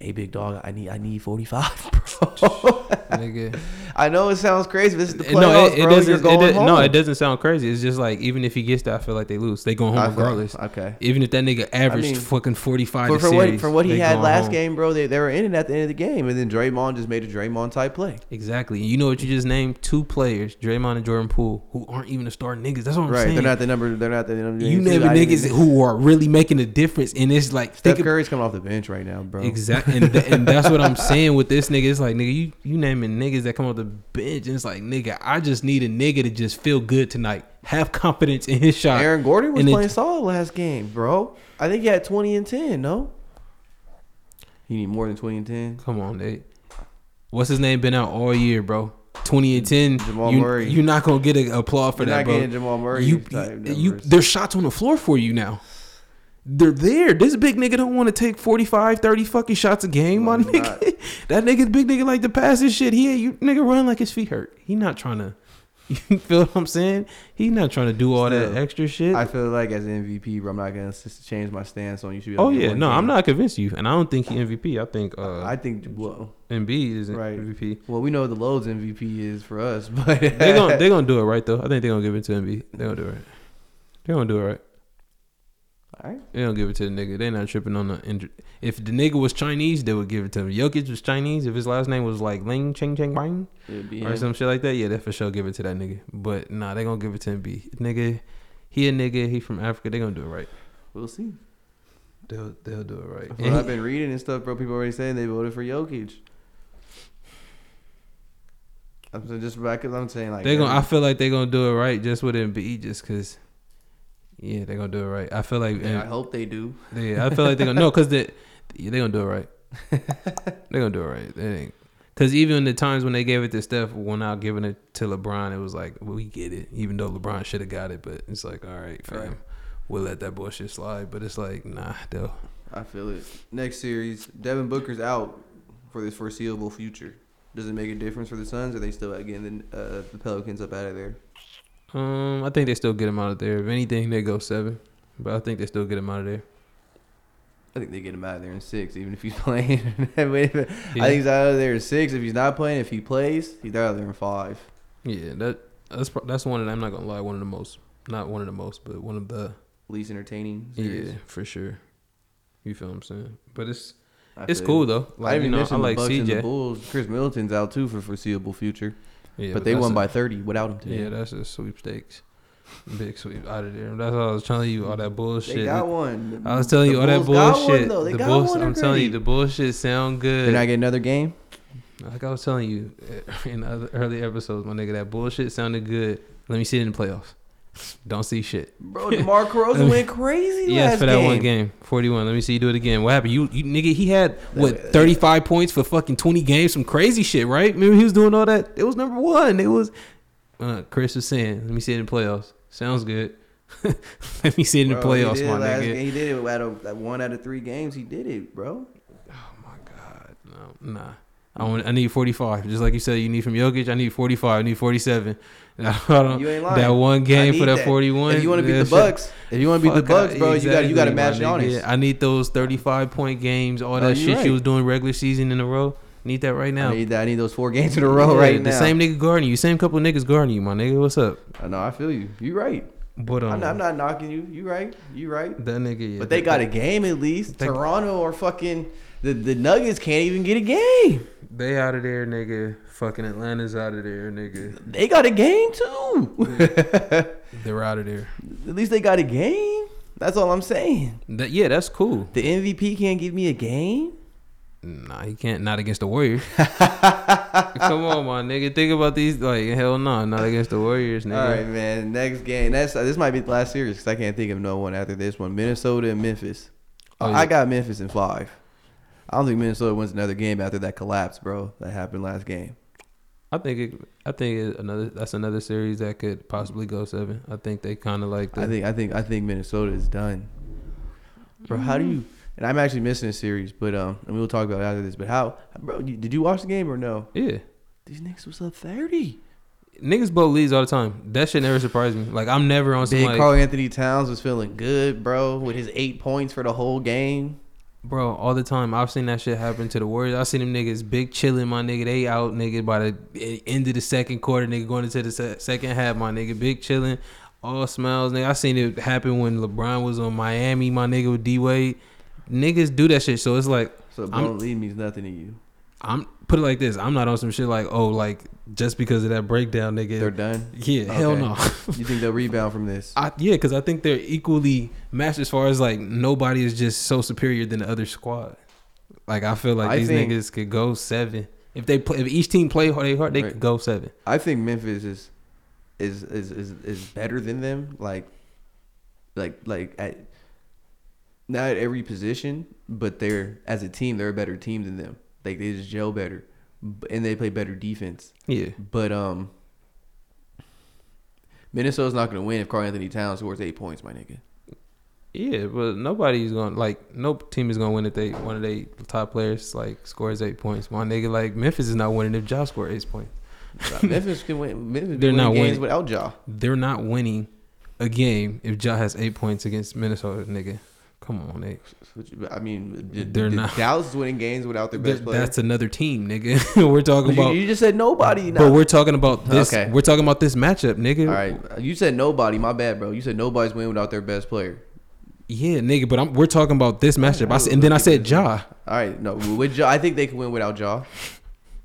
B: hey, big dog, I need, I need 45, bro.
A: Nigga.
B: I know it sounds crazy, but this is the playoffs,
A: No, it, it
B: bro.
A: doesn't.
B: You're
A: it
B: going
A: does-
B: home.
A: no, it doesn't sound crazy. It's just like even if he gets that, I feel like they lose. They going
B: I
A: home
B: feel-
A: regardless.
B: Okay.
A: Even if that nigga averaged
B: mean,
A: fucking forty five
B: For,
A: to
B: for what
A: series,
B: for what he
A: they
B: had
A: going
B: last
A: home.
B: game, bro, they, they were in it at the end of the game, and then Draymond just made a Draymond type play.
A: Exactly. And you know what you just named? Two players, Draymond and Jordan Poole, who aren't even the starting niggas. That's what I'm
B: right,
A: saying.
B: they're not the number. They're not the number.
A: you
B: two.
A: never
B: I didn't
A: niggas
B: even-
A: who are really making a difference, and it's like
B: Steph
A: think ab-
B: Curry's coming off the bench right now, bro.
A: exactly, and, th- and that's what I'm saying with this nigga. It's like nigga, you you naming niggas that come off the bench, and it's like nigga, I just need a nigga to just feel good tonight, have confidence in his shot.
B: Aaron Gordon was
A: And it-
B: playing solid last game, bro. I think he had twenty and ten. No, you need more than twenty and ten.
A: Come on, Nate. What's his name been out all year, bro? 20 and 10.
B: Jamal
A: you,
B: Murray.
A: You're not gonna get a applause for
B: You're
A: that,
B: not
A: bro.
B: getting Jamal Murray
A: You,
B: type
A: you, you-
B: numbers.
A: there's shots on the floor for you now. They're there. This big nigga don't want to take 45, 30 fucking shots a game, my
B: No, he's not.
A: nigga. that nigga big nigga like to pass his shit. He ain't you nigga run like his feet hurt. He not trying to. You feel what I'm saying? He not trying to do all that
B: Still,
A: extra shit.
B: I feel like as an MVP, bro, I'm not gonna s- change my stance on you. Should be able
A: oh
B: to get
A: yeah,
B: one
A: no,
B: game.
A: I'm not convinced you, and I don't think he MVP. I think uh,
B: I think well,
A: Embiid is
B: Right.
A: MVP.
B: well, we know what the loads MVP is for us, but
A: they gonna they gonna do it right though. I think they gonna give it to Embiid. They gonna do it. Right. They gonna do it right.
B: All right.
A: They don't give it to the nigga. They not tripping on the injury. If the nigga was Chinese, they would give it to him. Jokic was Chinese. If his last name was like Ling Cheng Cheng Bang
B: It'd be
A: or
B: him.
A: some shit like that, yeah, they for sure give it to that nigga. But nah, they gonna give it to Embiid. Nigga, he a nigga. He from Africa. They gonna do it right.
B: We'll see.
A: They'll they'll do it right.
B: From
A: And
B: What I've
A: he-
B: been reading and stuff, bro. People already saying they voted for Jokic. I'm saying just back. I'm saying like
A: they gonna. I feel like they gonna do it right just with Embiid, just cause. Yeah, they gonna do it right. I feel like
B: Yeah, I hope they do.
A: Yeah, I feel like they're gonna no, cause they yeah, they gonna do it right. they gonna do it right. They ain't Because even the times when they gave it to Steph, when not giving it to LeBron, it was like we get it. Even though LeBron should have got it, but it's like all right, fam,
B: Right.
A: we'll let that bullshit slide. But it's like nah, though.
B: I feel it. Next series, Devin Booker's out for this foreseeable future. Does it make a difference for the Suns? Are they still getting the, uh, the Pelicans up out of there?
A: Um, I think they still get him out of there. If anything, they go seven, but I think they still get him out of there.
B: I think they get him out of there in six, even if he's playing. Wait a minute. I think he's out of there in six. If he's not playing, if he plays, he's out of there in five.
A: Yeah, that that's pro- that's one. Of, the- I'm not gonna lie, one of the most, not one of the most, but one of the
B: Least entertaining. Series.
A: yeah for sure. You feel what I'm saying? But it's
B: I
A: it's
B: feel
A: cool
B: you.
A: though.
B: I
A: Like you
B: didn't even
A: know, I
B: mention
A: like
B: the Bucks and the
A: CJ,
B: Bulls. Chris Middleton's out too for foreseeable future,
A: yeah,
B: but they
A: that's
B: won
A: a-
B: by thirty without him today.
A: Yeah, that's a sweepstakes, big sweep out of there. That's what I was telling you. All that bullshit.
B: they got one.
A: I was telling
B: The
A: you all that
B: Bulls got
A: bullshit.
B: one, though. They
A: the
B: got
A: bulls,
B: one
A: I'm telling you,
B: already.
A: the bullshit sound good.
B: Did I get another game?
A: like I was telling you in other early episodes, my nigga, that bullshit sounded good. Let me see it in the playoffs. Don't see shit.
B: Bro, DeMar Rosen went crazy
A: Yes,
B: last
A: for that
B: game.
A: one game, forty-one. Let me see you do it again. What happened? You, you nigga, he had what thirty-five points for fucking twenty games. Some crazy shit, right? Remember he was doing all that. It was number one. It was. Uh, Chris was saying, "Let me see it in the playoffs." Sounds good. Let me see it in the
B: Bro, he
A: playoffs,
B: did
A: my
B: last
A: nigga.
B: game. He did it out of that one out of three games. He did it, bro.
A: Oh my god, no, nah. I want. I need forty-five, just like you said. You need from Jokic. I need forty-five. I need forty-seven.
B: You ain't lying.
A: That one
B: I
A: game
B: need
A: for that,
B: that.
A: forty-one.
B: If you want to beat
A: yeah,
B: the
A: shit.
B: Bucks, if you want to beat the
A: Fuck out-
B: Bucks, bro, you got you got to match
A: exactly, my nigga.
B: Giannis.
A: I need those thirty-five point games, all that
B: Oh, you
A: shit
B: right.
A: you was doing regular season in a row. Need that right now.
B: I need that. I need those four games in a row
A: Yeah,
B: right
A: The
B: now.
A: same nigga guarding you, same couple niggas guarding you, my nigga. What's up?
B: I know. I feel you. You right.
A: But um,
B: I'm, not, I'm not knocking you. You right. You right.
A: that nigga. Yeah,
B: But they
A: that-
B: got a game at least.
A: They-
B: Toronto or fucking the, the Nuggets can't even get a game.
A: They out of there, nigga. Fucking Atlanta's out of there, nigga.
B: They got a game too. at
A: They're out of there.
B: least they got a game. That's all I'm saying.
A: That yeah, that's cool.
B: The MVP can't give me a game.
A: Nah, he can't. Not against the Warriors. Come on, my nigga. Think about these. Like hell no, not against the Warriors, nigga.
B: All right, man. Next game. That's uh, this might be the last series because I can't think of no one after this one. Minnesota and Memphis.
A: Oh, yeah.
B: I got Memphis in five. I don't think Minnesota wins another game after that collapse, bro. That happened last game.
A: I think it, I think it another that's another series that could possibly go seven. I think they kind of like the,
B: I think I think I think Minnesota is done. Bro, how do you?
A: Mm.
B: And I'm actually missing a series, but um, and we'll talk about it after this. But how, bro? You, did you watch the game or no?
A: yeah.
B: These Knicks was up thirty.
A: Niggas blow leads all the time. That shit never surprised me. Like I'm never on some
B: Big
A: like,
B: Carl Anthony Towns was feeling good, bro, with his eight points for the whole game.
A: bro, all the time. I've seen that shit happen to the Warriors. I seen them niggas big chilling, my nigga. They out, nigga, by the end of the second quarter, nigga, going into the se- second half, my nigga, big chilling, all smiles, nigga. I seen it happen when LeBron was on Miami, my nigga, with D Wade. Niggas do that shit, so it's like
B: So
A: I'm-
B: don't leave means nothing to you.
A: I'm put it like this. I'm not on some shit like oh, like just because of that breakdown, nigga.
B: They're done.
A: yeah, hell
B: Okay.
A: no.
B: You think they'll rebound from this?
A: I, yeah, because I think they're equally matched as far as like nobody is just so superior than the other squad. Like I feel like
B: I
A: these
B: think-
A: niggas could go seven if they play. If each team play hard, they hard, they
B: Right.
A: could go seven.
B: I think Memphis is is is is, is better than them. Like like like at not at every position, but they're as a team, they're a better team than them. Like they just gel better, B- and they play better defense.
A: Yeah,
B: But um, Minnesota's not going to win if Carl Anthony Towns scores eight points, my nigga.
A: yeah, but nobody's gonna like no team is gonna win if they one of their top players like scores eight points. My nigga, like Memphis is not winning if Josh score eight points.
B: Memphis can win. Memphis
A: They're
B: they're
A: not
B: not games
A: winning.
B: without Ja.
A: They're not winning a game if Ja has eight points against Minnesota, nigga. Come on, nigga.
B: Which, I mean, did,
A: They're
B: did
A: not-
B: Dallas is winning games without their best
A: Th-
B: player.
A: that's another team, nigga. we're talking
B: you,
A: about
B: you just said nobody. Now.
A: But we're talking about this.
B: Okay.
A: We're talking about this matchup, nigga.
B: All right, you said nobody. My bad, bro. You said nobody's winning without their best player.
A: Yeah, nigga. But I'm, we're talking about this matchup. I said, and then I said Ja.
B: All right, no, with Jaw, I think they can win without Jaw.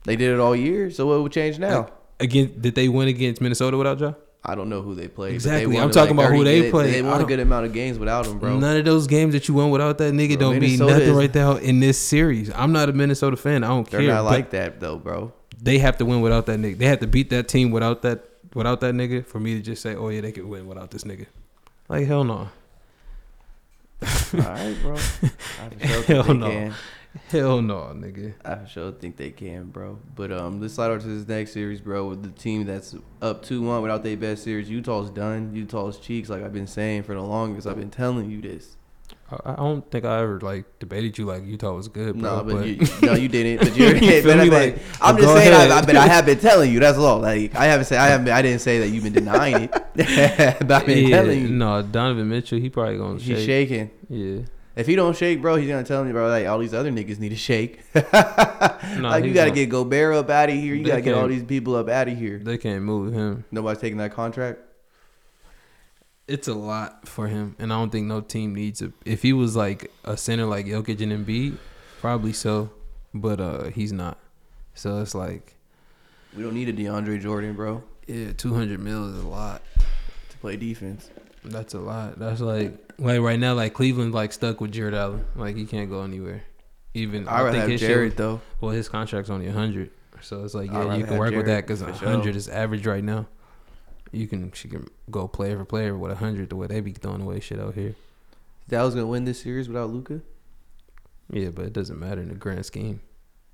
B: They did it all year, so what would change now?
A: Again, did they win against Minnesota without Ja?
B: I don't know who they played. but they
A: Exactly,
B: won
A: I'm
B: to,
A: talking about who
B: 30
A: they
B: they
A: played.
B: They
A: I
B: won a
A: don't-
B: good amount of games without him, bro.
A: None of those games that you won without that nigga
B: Bro,
A: don't
B: Minnesota
A: mean nothing
B: is-
A: right now in this series. I'm not a Minnesota fan. I don't
B: They're
A: care.
B: not
A: but
B: like that though, bro.
A: they have to win without that nigga. They have to beat that team without that without that nigga for me to just say, oh yeah, they could win without this nigga. Like hell no.
B: All right, bro. I for sure think
A: Hell
B: they
A: no.
B: can.
A: Hell no, nigga.
B: I for sure think they can, bro. But um, let's slide over to this next series, bro. With the team that's up two one without their best series, Utah's done. Utah's cheeks, like I've been saying for the longest. I've been telling you this.
A: I, I don't think I ever like debated you like Utah was good, bro.
B: no, but,
A: but
B: you, no, you didn't. But you're.
A: You feel
B: but
A: me?
B: I'm, like,
A: Like,
B: I'm
A: go
B: just saying. I, I,
A: ahead.
B: but I have been telling you. That's all. Like I haven't said. I haven't. I didn't say that you've been denying it. but I've been
A: yeah,
B: telling you.
A: no, Donovan Mitchell, he probably gonna
B: He's
A: shake.
B: shaking.
A: Yeah,
B: If he don't shake, bro, he's gonna tell me, bro, like all these other niggas need to shake. like you
A: he's
B: gotta
A: gonna-
B: get Gobert up out of here. You
A: They
B: gotta get all
A: can't-
B: these people up out of here.
A: they can't move him.
B: Nobody's taking that contract.
A: It's a lot for him, and I don't think no team needs it. If he was like a center like Jokic and Embiid, probably so, but uh, he's not. So it's like,
B: We don't need a DeAndre Jordan, bro,
A: yeah, two hundred mil is a lot.
B: to play defense.
A: That's a lot. That's like like right now, like Cleveland like stuck with Jared Allen. Like he can't go anywhere. Even
B: I'd rather have
A: his shit
B: Jared
A: was-
B: though.
A: well, his contract's only hundred, so it's like
B: I'd rather
A: yeah, you can
B: have
A: work with that
B: Jared,
A: because
B: for sure.
A: hundred is average right now. You can she can go player for player with hundred the way they be throwing away shit out here.
B: Dallas gonna win this series without Luca.
A: Yeah, but it doesn't matter in the grand scheme.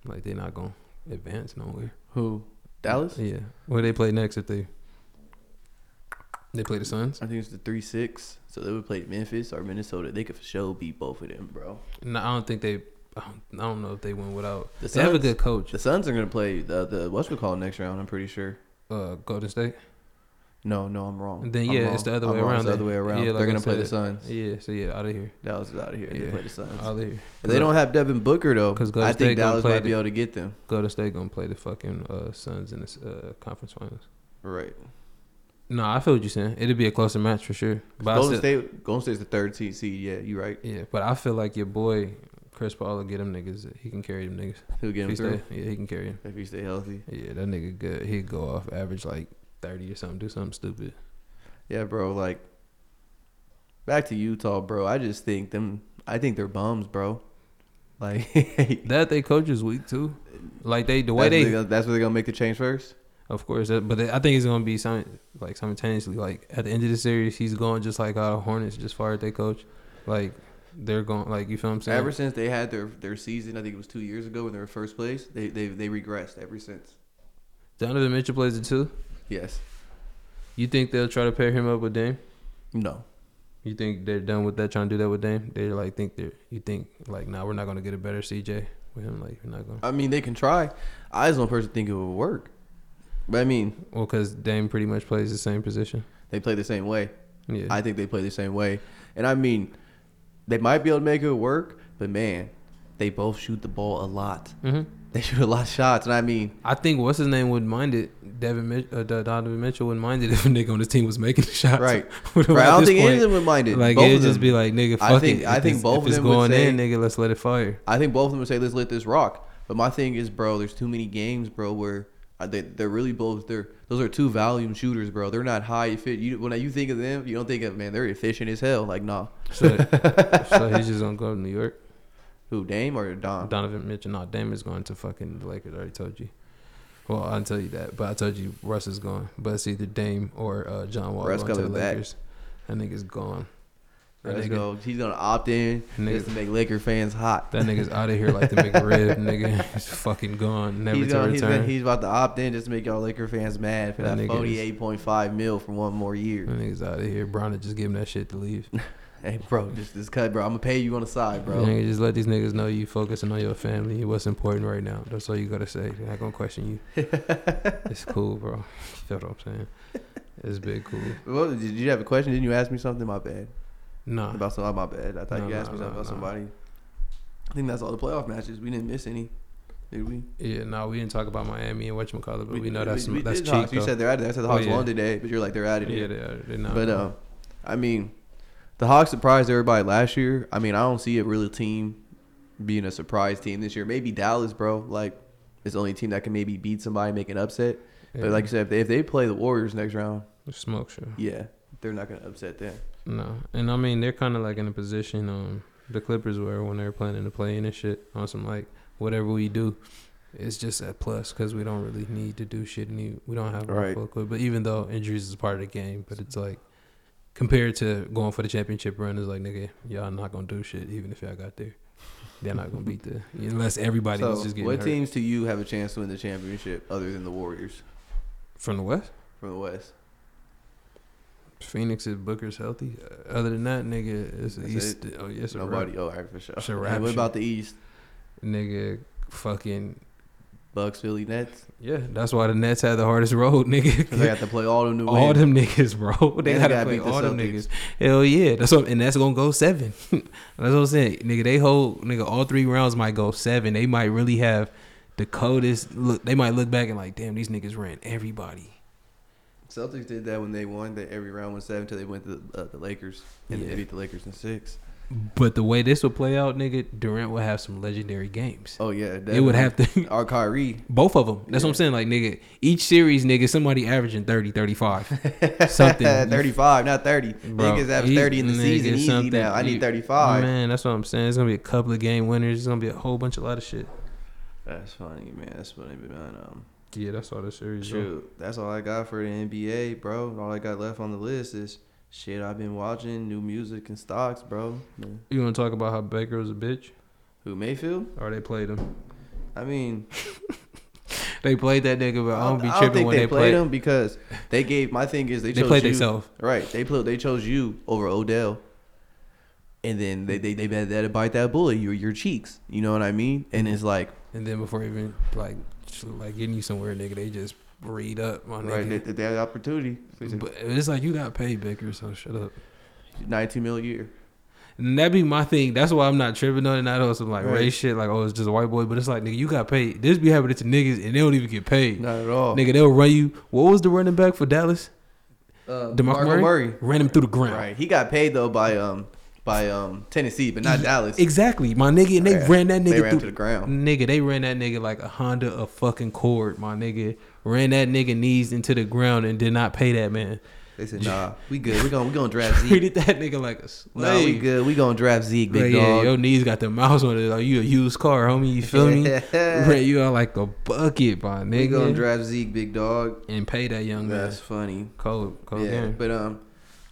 A: Like they're not gonna advance nowhere.
B: Who? Dallas?
A: Yeah, where they play next if they they play the Suns.
B: I think it's the three six. So they would play Memphis or Minnesota. They could for sure beat both of them, bro.
A: No, I don't think they. I don't, I don't know if they win without.
B: The
A: they have a
B: Suns?
A: good coach.
B: The Suns are gonna play the the what's we call it next round. I'm pretty sure.
A: Uh, Golden State.
B: No, no, I'm wrong.
A: Then
B: I'm
A: yeah,
B: wrong.
A: it's the other
B: I'm
A: way
B: wrong.
A: around.
B: It's the
A: then.
B: other way around.
A: Yeah,
B: They're
A: like I
B: gonna play the
A: said.
B: Suns.
A: Yeah, so yeah, out of here,
B: Dallas is out of here. They
A: Yeah.
B: play the Suns.
A: out of here.
B: If they don't have Devin Booker though,
A: 'Cause Golden
B: I
A: State
B: think
A: gonna
B: Dallas
A: play
B: might be
A: the-
B: able to get them.
A: Golden State gonna play the fucking uh, Suns in this uh, conference finals.
B: Right.
A: No, I feel what you're saying. It'd be a closer match for sure. But I
B: Golden
A: still-
B: State. Golden State's the third seed. seed. Yeah, you right.
A: yeah, but I feel like your boy Chris Paul will get them niggas. He can carry them niggas.
B: He'll get
A: If he
B: them through
A: stay- yeah, he can carry him.
B: if he stay healthy.
A: Yeah, that nigga good. He'd go off average like thirty or something. Do something stupid.
B: Yeah, bro. Like back to Utah, bro. I just think them. I think they're bums, bro. Like the
A: That they coach is weak too. Like they the way they
B: that's where they're gonna make the change first.
A: Of course, that, but I think it's gonna be some like simultaneously. Like at the end of the series, he's going just like how the Hornets just fired their coach. Like they're going like you feel what I'm saying.
B: Ever since they had their their season, I think it was two years ago when they were first place. They they they regressed ever since.
A: Donovan Mitchell plays it too.
B: Yes.
A: You think they'll try to pair him up with Dame?
B: No.
A: You think they're done with that? Trying to do that with Dame? They like think they're. You think like nah, we're not gonna get a better CJ with him. Like we're not gonna.
B: I mean, they can try. I just don't personally think it would work. But I mean,
A: Well, because Dame pretty much plays the same position.
B: they play the same way.
A: Yeah.
B: I think they play the same way. And I mean, they might be able to make it work, but man, they both shoot the ball a lot.
A: hmm
B: They shoot a lot of shots. And I mean,
A: I think what's his name wouldn't mind it. Devin Mitch, uh, Donovan Mitchell wouldn't mind it if a nigga on his team was making the shots.
B: Right.
A: At
B: I don't
A: this
B: think any
A: point-
B: of them would mind it.
A: Like
B: both
A: it'd
B: of
A: just
B: them.
A: be like, nigga,
B: I
A: fuck
B: think-
A: it.
B: I
A: If
B: think
A: it's-
B: both
A: if
B: of
A: it's
B: them would
A: going
B: say-
A: in, nigga, let's let it fire.
B: I think both of them would say, let's let this rock. But my thing is, bro, there's too many games, bro, where uh, they, they're really both, they're, those are two volume shooters, bro. They're not high efficient. You, when you think of them, you don't think of, man, they're efficient as hell. Like, nah.
A: So, so he's just gonna go to New York.
B: Who, Dame or Dom?
A: Donovan Mitchell, not Dame is going to fucking the Lakers. I already told you. Well, I didn't tell you that, but I told you Russ is going. But it's either Dame or uh, John Wall
B: Russ
A: going to the
B: coming back.
A: Lakers. That nigga's gone. That,
B: Let's
A: nigga,
B: go. He's gonna opt in
A: Nigga.
B: just to make Laker fans hot.
A: that nigga's out of here like the McRib. nigga, he's fucking gone, never
B: he's,
A: to
B: gonna, he's,
A: return.
B: gonna- he's about to opt in just to make y'all Laker fans mad for
A: That
B: that
A: nigga is-
B: forty eight point five mil for one more year.
A: that nigga's out of here. Brown to just give him that shit to leave.
B: Hey, bro, just this cut, bro. I'm gonna pay you on the side, bro.
A: Nigga, just let these niggas know you focusing on your family, what's important right now. That's all you gotta say. They're not gonna question you. it's cool, bro. You feel what I'm saying? It's big cool.
B: Well, did you have a question? Didn't you ask me something? My bad.
A: Nah.
B: About something? My bad. I thought
A: No,
B: you asked
A: no,
B: me something
A: no, no.
B: about somebody. I think that's all the playoff matches. We didn't miss any, did we?
A: Yeah, nah, we didn't talk about Miami and whatchamacallit, but we, know that's
B: we
A: that's
B: did
A: cheap.
B: Hawks. You
A: though.
B: said they're out of there. I said the
A: Oh,
B: Hawks
A: yeah.
B: won today, but you're like they're out of there.
A: yeah, they are. They're not.
B: But um, I mean, the Hawks surprised everybody last year. I mean, I don't see a real team being a surprise team this year. Maybe Dallas, bro. Like, it's the only team that can maybe beat somebody, and make an upset.
A: Yeah.
B: But like you said, if they, if they play the Warriors next round,
A: smoke show.
B: yeah, they're not gonna upset them.
A: No, and I mean they're kind of like in a position um the Clippers were when they were planning to play in and shit on some like whatever we do, it's just a plus because we don't really need to do shit and you- we don't have our
B: Right.
A: full clip. But even though injuries is part of the game, but it's like compared to going for the championship run, it's like nigga y'all not gonna do shit even if y'all got there. They're not gonna beat the unless everybody
B: So,
A: was just getting
B: what
A: hurt
B: teams do you have a chance to win the championship other than the Warriors
A: from the West.
B: from the West?
A: Phoenix if Booker's healthy. Uh, Other than that, nigga, it's the
B: That's
A: East. Oh yes, yeah,
B: Nobody.
A: nobody,
B: Oh, all right, for sure.
A: It's a
B: Hey,
A: wrap
B: what
A: shit.
B: about the East?
A: nigga, fucking
B: Bucks, Philly, Nets.
A: yeah. That's why the Nets had the hardest road,
B: Because they
A: nigga.
B: have to play all them new.
A: All them niggas, bro. They
B: And
A: gotta,
B: gotta
A: play
B: beat the
A: all them
B: Celtics.
A: niggas. Hell yeah, that's what, and that's gonna go seven. that's what I'm saying, nigga. They hold, nigga. All three rounds might go seven. They might really have the coldest. Look, they might look back and like, damn, these niggas ran everybody.
B: Celtics did that when they won. That every round was seven until they went to the, uh, the Lakers and
A: Yeah.
B: they beat the Lakers in six.
A: But the way this would play out, nigga, Durant would have some legendary games.
B: Oh yeah,
A: it would have to.
B: Our Kyrie.
A: Both of them. That's what I'm saying. Like, nigga, each series, nigga, somebody averaging 30, 35. Something.
B: thirty-five, not thirty.
A: Bro,
B: Niggas have
A: each
B: thirty in the
A: nigga
B: season. Easy
A: something.
B: now. I
A: You-
B: need thirty-five.
A: Man, that's what I'm saying. It's going to be a couple of game winners. It's going to be a whole bunch of lot of shit.
B: That's funny, man. That's funny, man. Um,
A: Yeah, that's all the series.
B: Shoot, that's all I got for the NBA, bro. All I got left on the list is shit I've been watching, new music and stocks, bro.
A: You want to talk about how Baker was a bitch?
B: Who Mayfield?
A: Or they played him?
B: I mean,
A: They played that nigga, but I don't be
B: I
A: tripping
B: think
A: when
B: they,
A: they,
B: played
A: played
B: him because they gave. My thing is they
A: They
B: chose
A: played
B: you.
A: themselves.
B: Right, they played. They chose you over Odell, and then they they they had to bite that bullet your your cheeks. You know what I mean? And it's like
A: And then before even, like, like getting you somewhere, nigga, they just read up, my nigga.
B: right, they, they had the opportunity.
A: But it's like, you got paid, Baker, so shut up.
B: Nineteen mil a year.
A: And that be my thing. That's why I'm not tripping on it. Not on some like
B: Right.
A: race shit. Like oh, it's just a white boy. But it's like nigga, you got paid. This be happening to niggas and they don't even get paid.
B: Not at all.
A: Nigga, they'll run you. What was the running back for Dallas?
B: uh,
A: DeMarco
B: Marco
A: Murray?
B: Murray.
A: Ran him through the ground.
B: Right. He got paid though by um by um Tennessee, but not Dallas.
A: Exactly, my nigga. And they
B: Right.
A: ran that nigga
B: They ran
A: through
B: to the ground.
A: Nigga, they ran that nigga like a Honda a fucking Accord. My nigga ran that nigga knees into the ground and did not pay that man.
B: They said, "Nah, we good. We gonna we gonna draft Zeke.
A: Treated that nigga like a slave.
B: Nah, we good. We gonna draft Zeke,
A: Like,
B: big
A: yeah,
B: dog."
A: your knees got the mouse on it. Like you a used car, homie. You feel me? Ran you out like a bucket, my nigga.
B: we gonna draft Zeke, big dog.
A: and pay that young man.
B: That's funny.
A: Cold, cold
B: yeah,
A: game.
B: but um,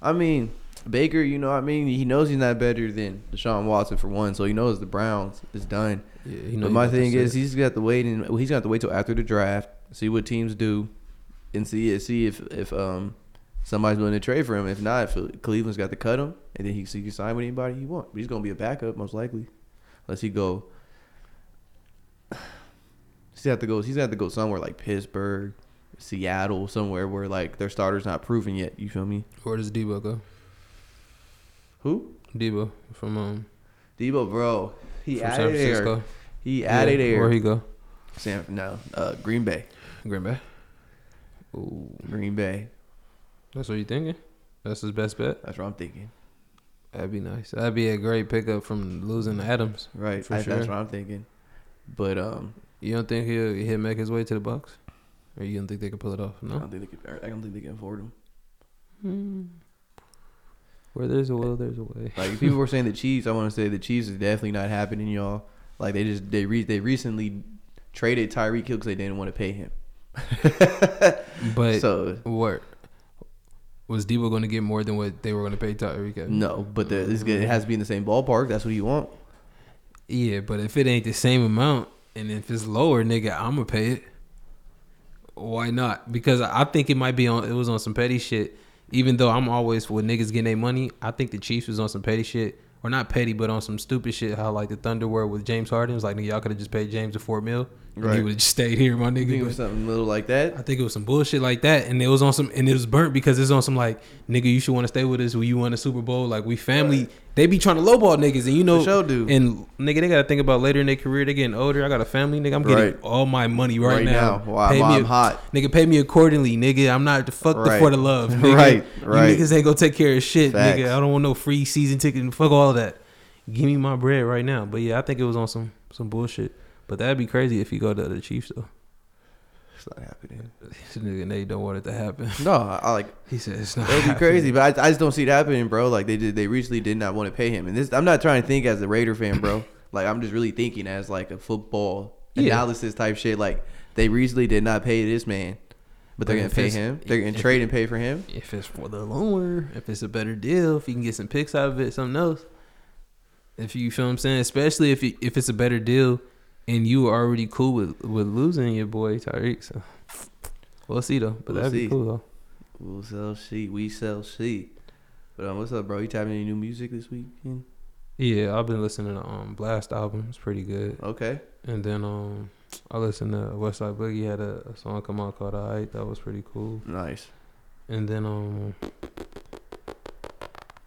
B: I mean Baker, you know, what I mean, he knows he's not better than Deshaun Watson for one, so he knows the Browns is done.
A: Yeah, you know
B: but
A: you
B: my
A: got that
B: thing
A: shit.
B: is, he's got to wait, and he's got to wait till after the draft, see what teams do, and see see if if um somebody's willing to trade for him. If not, if Cleveland's got to cut him, and then he, he can sign with anybody he wants. But he's gonna be a backup most likely, unless he go. He's gonna have to go. He's gonna have to go somewhere like Pittsburgh, Seattle, somewhere where like their starter's not proven yet. You feel me?
A: where does Debo go?
B: Who?
A: Debo from um
B: Debo, bro. He
A: from
B: out
A: San
B: of there.
A: Francisco.
B: He out
A: Where
B: of there.
A: he go?
B: San, no, uh, Green Bay.
A: Green Bay. Ooh,
B: Green Bay.
A: that's what you thinking? That's his best bet.
B: That's what I'm thinking.
A: That'd be nice. That'd be a great pickup from losing Adams.
B: Right.
A: For
B: I- That's
A: sure.
B: what I'm thinking. But um,
A: You don't think he'll he'll make his way to the box, or you don't think they can pull it off?
B: I
A: No.
B: don't think they can. I don't think they can afford him.
A: Hmm. Where there's a will, there's a way.
B: Like if people were saying the Chiefs, I want to say the Chiefs is definitely not happening, y'all. Like they just they re- they recently traded Tyreek Hill because they didn't want to pay him.
A: But
B: so
A: what was Debo going to get more than what they were going to pay Tyreek? at?
B: no, but the, it's good. It has to be in the same ballpark. That's what you want.
A: Yeah, but if it ain't the same amount and if it's lower, nigga, I'ma pay it. Why not? Because I I think it might be on it was on some petty shit. Even though I'm always with niggas getting their money, I think the Chiefs was on some petty shit. Or not petty, but on some stupid shit. How like the Thunder were with James Harden. It was like nigga, y'all could have just paid James the four mil. And he
B: Right.
A: would have just stayed here, my
B: You
A: nigga.
B: think it
A: But
B: was something little like that?
A: I think it was some bullshit like that, and it was on some, and it was burnt because it's on some like, nigga, you should want to stay with us. We you won the Super Bowl, like we family. They be trying to lowball niggas, and you know,
B: For sure do.
A: and nigga, they gotta think about later in their career. They getting older. I got a family, nigga. I'm getting
B: Right.
A: all my money right,
B: Right
A: now.
B: now. Why-
A: Pay
B: why
A: me
B: I'm
A: a-
B: hot.
A: nigga. Pay me accordingly, nigga. I'm not the fuck the
B: Right.
A: for the love, nigga.
B: Right, right.
A: You niggas ain't gonna take care of shit,
B: Facts.
A: nigga. I don't want no free season ticket and fuck all that. Give me my bread right now. But yeah, I think it was on some some bullshit. But that'd be crazy if you go to the Chiefs though.
B: It's not happening.
A: Nigga, they don't want it to happen.
B: No, I, I like
A: He said it's not.
B: It would be
A: happening."
B: crazy, but I, I just don't see it happening, bro. Like they did, they recently did not want to pay him, and this I'm not trying to think as a Raider fan, bro. Like I'm just really thinking as like a football
A: Yeah.
B: analysis type shit. Like they recently did not pay this man, but they're
A: But
B: gonna
A: if
B: pay
A: it's-
B: him. They're gonna
A: if-
B: trade and pay for him.
A: If it's for the lower, if it's a better deal, if you can get some picks out of it, something else. If you feel what I'm saying, especially if you, if it's a better deal, and you are already cool with with losing your boy Tyreek. So we'll see though. But
B: We'll
A: that'd
B: see.
A: be cool though.
B: We'll sell sheet. We sell sheet. But um, what's up, bro? You tapping any new music this weekend?
A: Yeah, I've been listening to um Blast album. It's pretty good.
B: Okay.
A: And then um I listened to Westside Boogie had a, a song come out called "Alright." That was pretty cool.
B: Nice.
A: And then um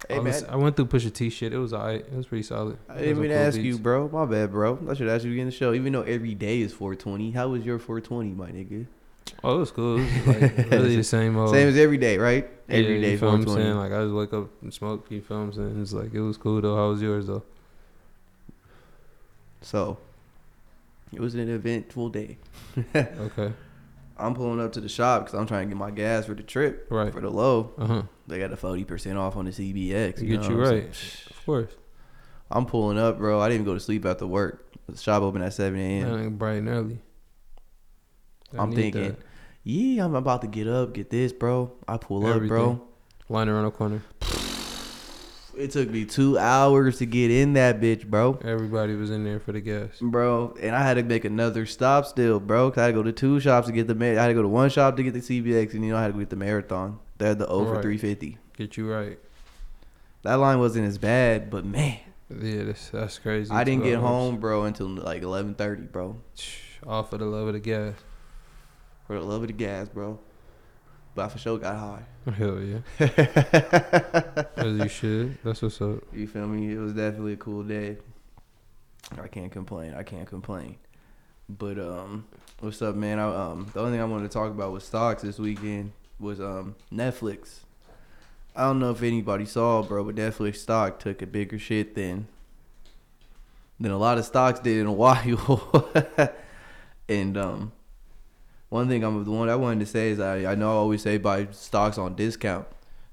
B: Hey
A: I,
B: man,
A: lis- I went through Pusha T shit. It was alright. It was pretty solid.
B: I
A: Had
B: didn't
A: some
B: mean to
A: cool
B: ask
A: beats.
B: you, bro. My bad, bro. I should ask you again the show. Even though every day is 420, how was your 420, my nigga?
A: Oh, it was cool. It was like really the same old.
B: Same as every day, right? Every
A: Oh. Yeah,
B: day
A: you feel what I'm
B: 420.
A: saying? Like I just wake up and smoke, you feel what I'm saying? It's like it was cool though. How was yours though?
B: So it was an eventful day.
A: Okay.
B: I'm pulling up to the shop because I'm trying to get my gas for the trip
A: Right.
B: for the low.
A: Uh huh.
B: They got a 40% off on the CBX.
A: To get
B: know
A: you
B: what I'm saying?
A: right. Of course.
B: I'm pulling up, bro. I didn't even go to sleep after work. The shop opened at 7
A: That
B: a.m.
A: nigga bright and early. I
B: I'm
A: need
B: thinking, yeah, I'm about to get up, get this, bro. I pull up, bro.
A: Everything. that. line around the corner.
B: It took me two hours to get in that bitch, bro.
A: Everybody was in there for the gas.
B: Bro, and I had to make another stop still, bro. 'cause I had to go to two shops to get the. ma- I had to go to one shop to get the CBX, and you know I had to go get the marathon. They had the O for
A: Right.
B: 350.
A: Get you right.
B: That line wasn't as bad, but man,
A: Yeah, that's, that's crazy.
B: I didn't
A: Two
B: get
A: hours.
B: home, bro, until like 11:30, bro.
A: All for the love of the gas.
B: For the love of the gas, bro. But I for sure got high.
A: Hell yeah. As you should. That's what's up.
B: You feel me? It was definitely a cool day. I can't complain. I can't complain. But um, what's up, man? I, um, the only thing I wanted to talk about with stocks this weekend was um Netflix. I don't know if anybody saw, bro, but Netflix stock took a bigger shit than than a lot of stocks did in a while. and um, one thing I'm the one I wanted to say is I I know I always say buy stocks on discount.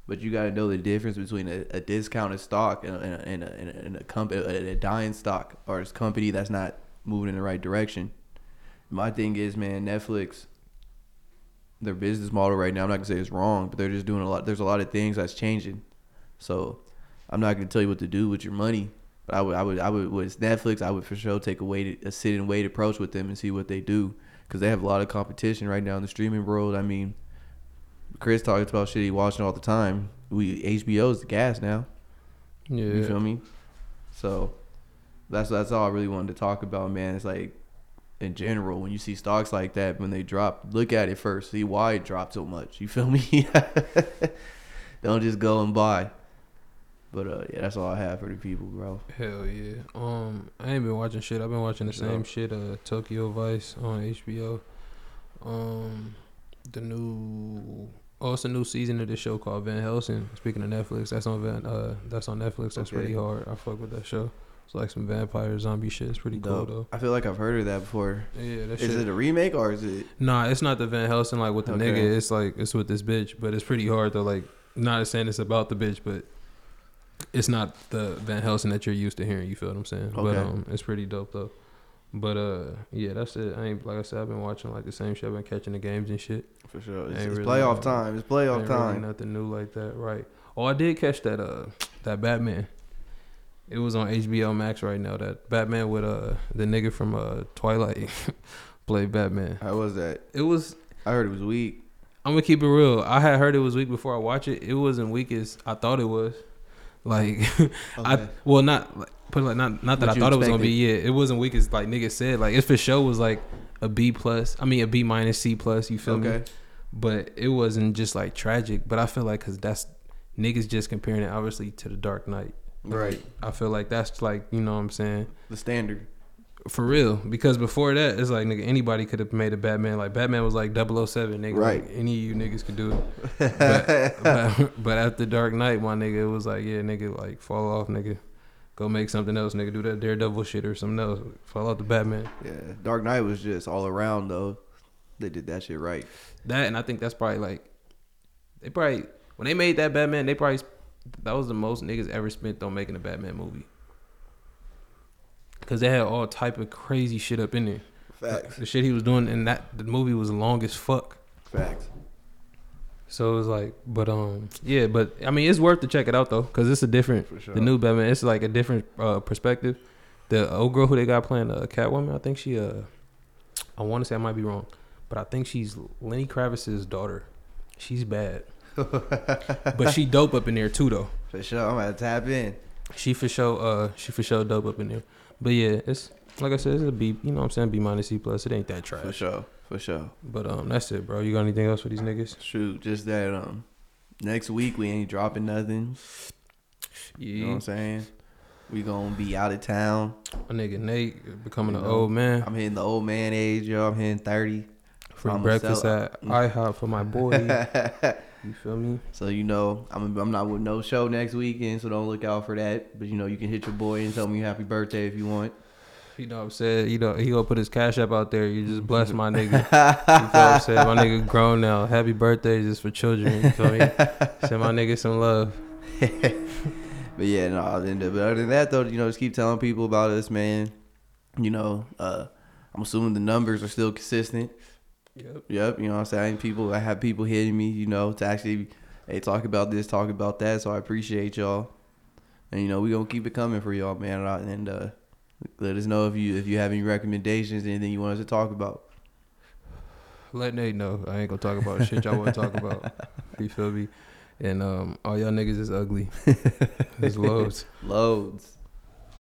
B: But you got to know the difference between a, a discounted stock and a, and a, and a, and a, comp- a, a dying stock or a company that's not moving in the right direction. My thing is, man, Netflix, their business model right now, I'm not going to say it's wrong, but they're just doing a lot. There's a lot of things that's changing. So I'm not going to tell you what to do with your money. But I would, I would, I would, with Netflix, I would for sure take a wait, a sit and wait approach with them and see what they do. Because they have a lot of competition right now in the streaming world. I mean, Chris talks about shit he watching all the time. We HBO's the gas now.
A: Yeah.
B: You feel me? So that's that's all I really wanted to talk about, man. It's like in general, when you see stocks like that, when they drop, look at it first. See why it dropped so much. You feel me? Don't just go and buy. But uh, yeah, that's all I have for the people, bro.
A: Hell yeah. Um, I ain't been watching shit. I've been watching the
B: Yeah.
A: same shit. Uh, Tokyo Vice on HBO. Um, the new. Oh, it's a new season of this show called Van Helsing. Speaking of Netflix, that's on Van. Uh, that's on Netflix. That's
B: Okay.
A: pretty hard. I fuck with that show. It's like some vampire zombie shit. It's pretty cool
B: Dope.
A: though.
B: I feel like I've heard of that before.
A: Yeah, that
B: Is
A: shit.
B: it a remake or is it?
A: Nah, it's not the Van Helsing like with the
B: Okay.
A: nigga. It's like it's with this bitch, but it's pretty hard though. Like, not saying it's about the bitch, but it's not the Van Helsing that you're used to hearing. You feel what I'm saying? But
B: Okay.
A: um, it's pretty dope though. But uh, yeah, that's it. I ain't like I said, I've been watching like the same shit. I've been catching the games and shit.
B: For sure,
A: Ain't
B: it's, it's
A: really,
B: playoff
A: uh,
B: time. It's
A: Ain't
B: playoff
A: really
B: time.
A: nothing new like that, right? Oh, I did catch that uh that Batman. It was on HBO Max right now. That Batman with uh the nigga from uh Twilight played Batman.
B: How was that?
A: It was
B: I heard it was weak.
A: I'm gonna keep it real. I had heard it was weak before I watch it. It wasn't weak as I thought it was. Like I
B: Okay.
A: well not like, put it like not not that
B: What
A: I
B: you
A: thought it was gonna be. Yeah, it wasn't weak as like niggas said. Like it for sure was like a B plus. I mean a B minus C plus. You feel me?
B: okay.
A: But it wasn't just like tragic. But I feel like because that's niggas just comparing it obviously to the Dark Knight.
B: Right.
A: I feel like that's like you know what I'm saying
B: The standard.
A: for real because before that it's like nigga anybody could have made a Batman. Like Batman was like 007 nigga.
B: Right.
A: Like, any of you niggas could do it. but, but, but after Dark Knight, my nigga, it was like, yeah, nigga, like fall off, nigga, go make something else, nigga, do that Daredevil shit or something else, fall off the Batman.
B: Yeah, Dark Knight was just all around though. They did that shit right.
A: That and I think that's probably like, they probably when they made that Batman, they probably that was the most niggas ever spent on making a Batman movie. Cause they had all type of crazy shit up in there. The shit he was doing in that the movie was long as fuck.
B: Facts.
A: So it was like, but um, yeah, but I mean, it's worth to check it out though, cause it's a different,
C: For sure.
A: the new Batman. It's like a different uh, perspective. The old girl who they got playing uh, Catwoman, I think she uh, I want to say I might be wrong, but I think she's Lenny Kravitz's daughter. She's bad, but she dope up in there too though.
B: For sure, I'm gonna tap in.
A: She for sure, uh, she for sure dope up in there. But yeah, it's like I said, it's a B. You know what I'm saying? B minus C plus. It ain't that
B: For
A: trash.
B: sure, for sure.
A: But um, that's it, bro. You got anything else for these niggas?
B: Shoot, just that um, next week we ain't dropping nothing. You know what I'm saying? We gonna be out of town.
A: A nigga Nate becoming
B: You
A: an
B: know,
A: old man.
B: I'm hitting the old man age, yo. I'm hitting thirty.
A: Free
B: I'ma
A: breakfast
B: sell-
A: at IHOP for my boy. you feel me?
B: so you know, I'm I'm not with no show next weekend, so don't look out for that. But you know, you can hit your boy and tell me happy birthday if you want.
A: You know what I'm saying? You know, he gonna put his cash up out there. You just bless my nigga. you feel what I'm saying? My nigga grown now. Happy birthday is just for children. You feel me? Send my nigga some love.
B: But yeah, no, I'll end it. But other than that, though, you know, just keep telling people about us, man. You know, uh, I'm assuming the numbers are still consistent.
A: Yep.
B: Yep, you know what I'm saying? People, I have people hitting me, you know, to actually, hey, talk about this, talk about that. So I appreciate y'all. And, you know, we going to keep it coming for y'all, man. And, I- And uh, let us know if you if you have any recommendations, anything you want us to talk about.
A: Let Nate know. I ain't gonna talk about shit y'all wanna talk about. You feel me? And um, all y'all niggas is ugly. There's loads.
B: Loads.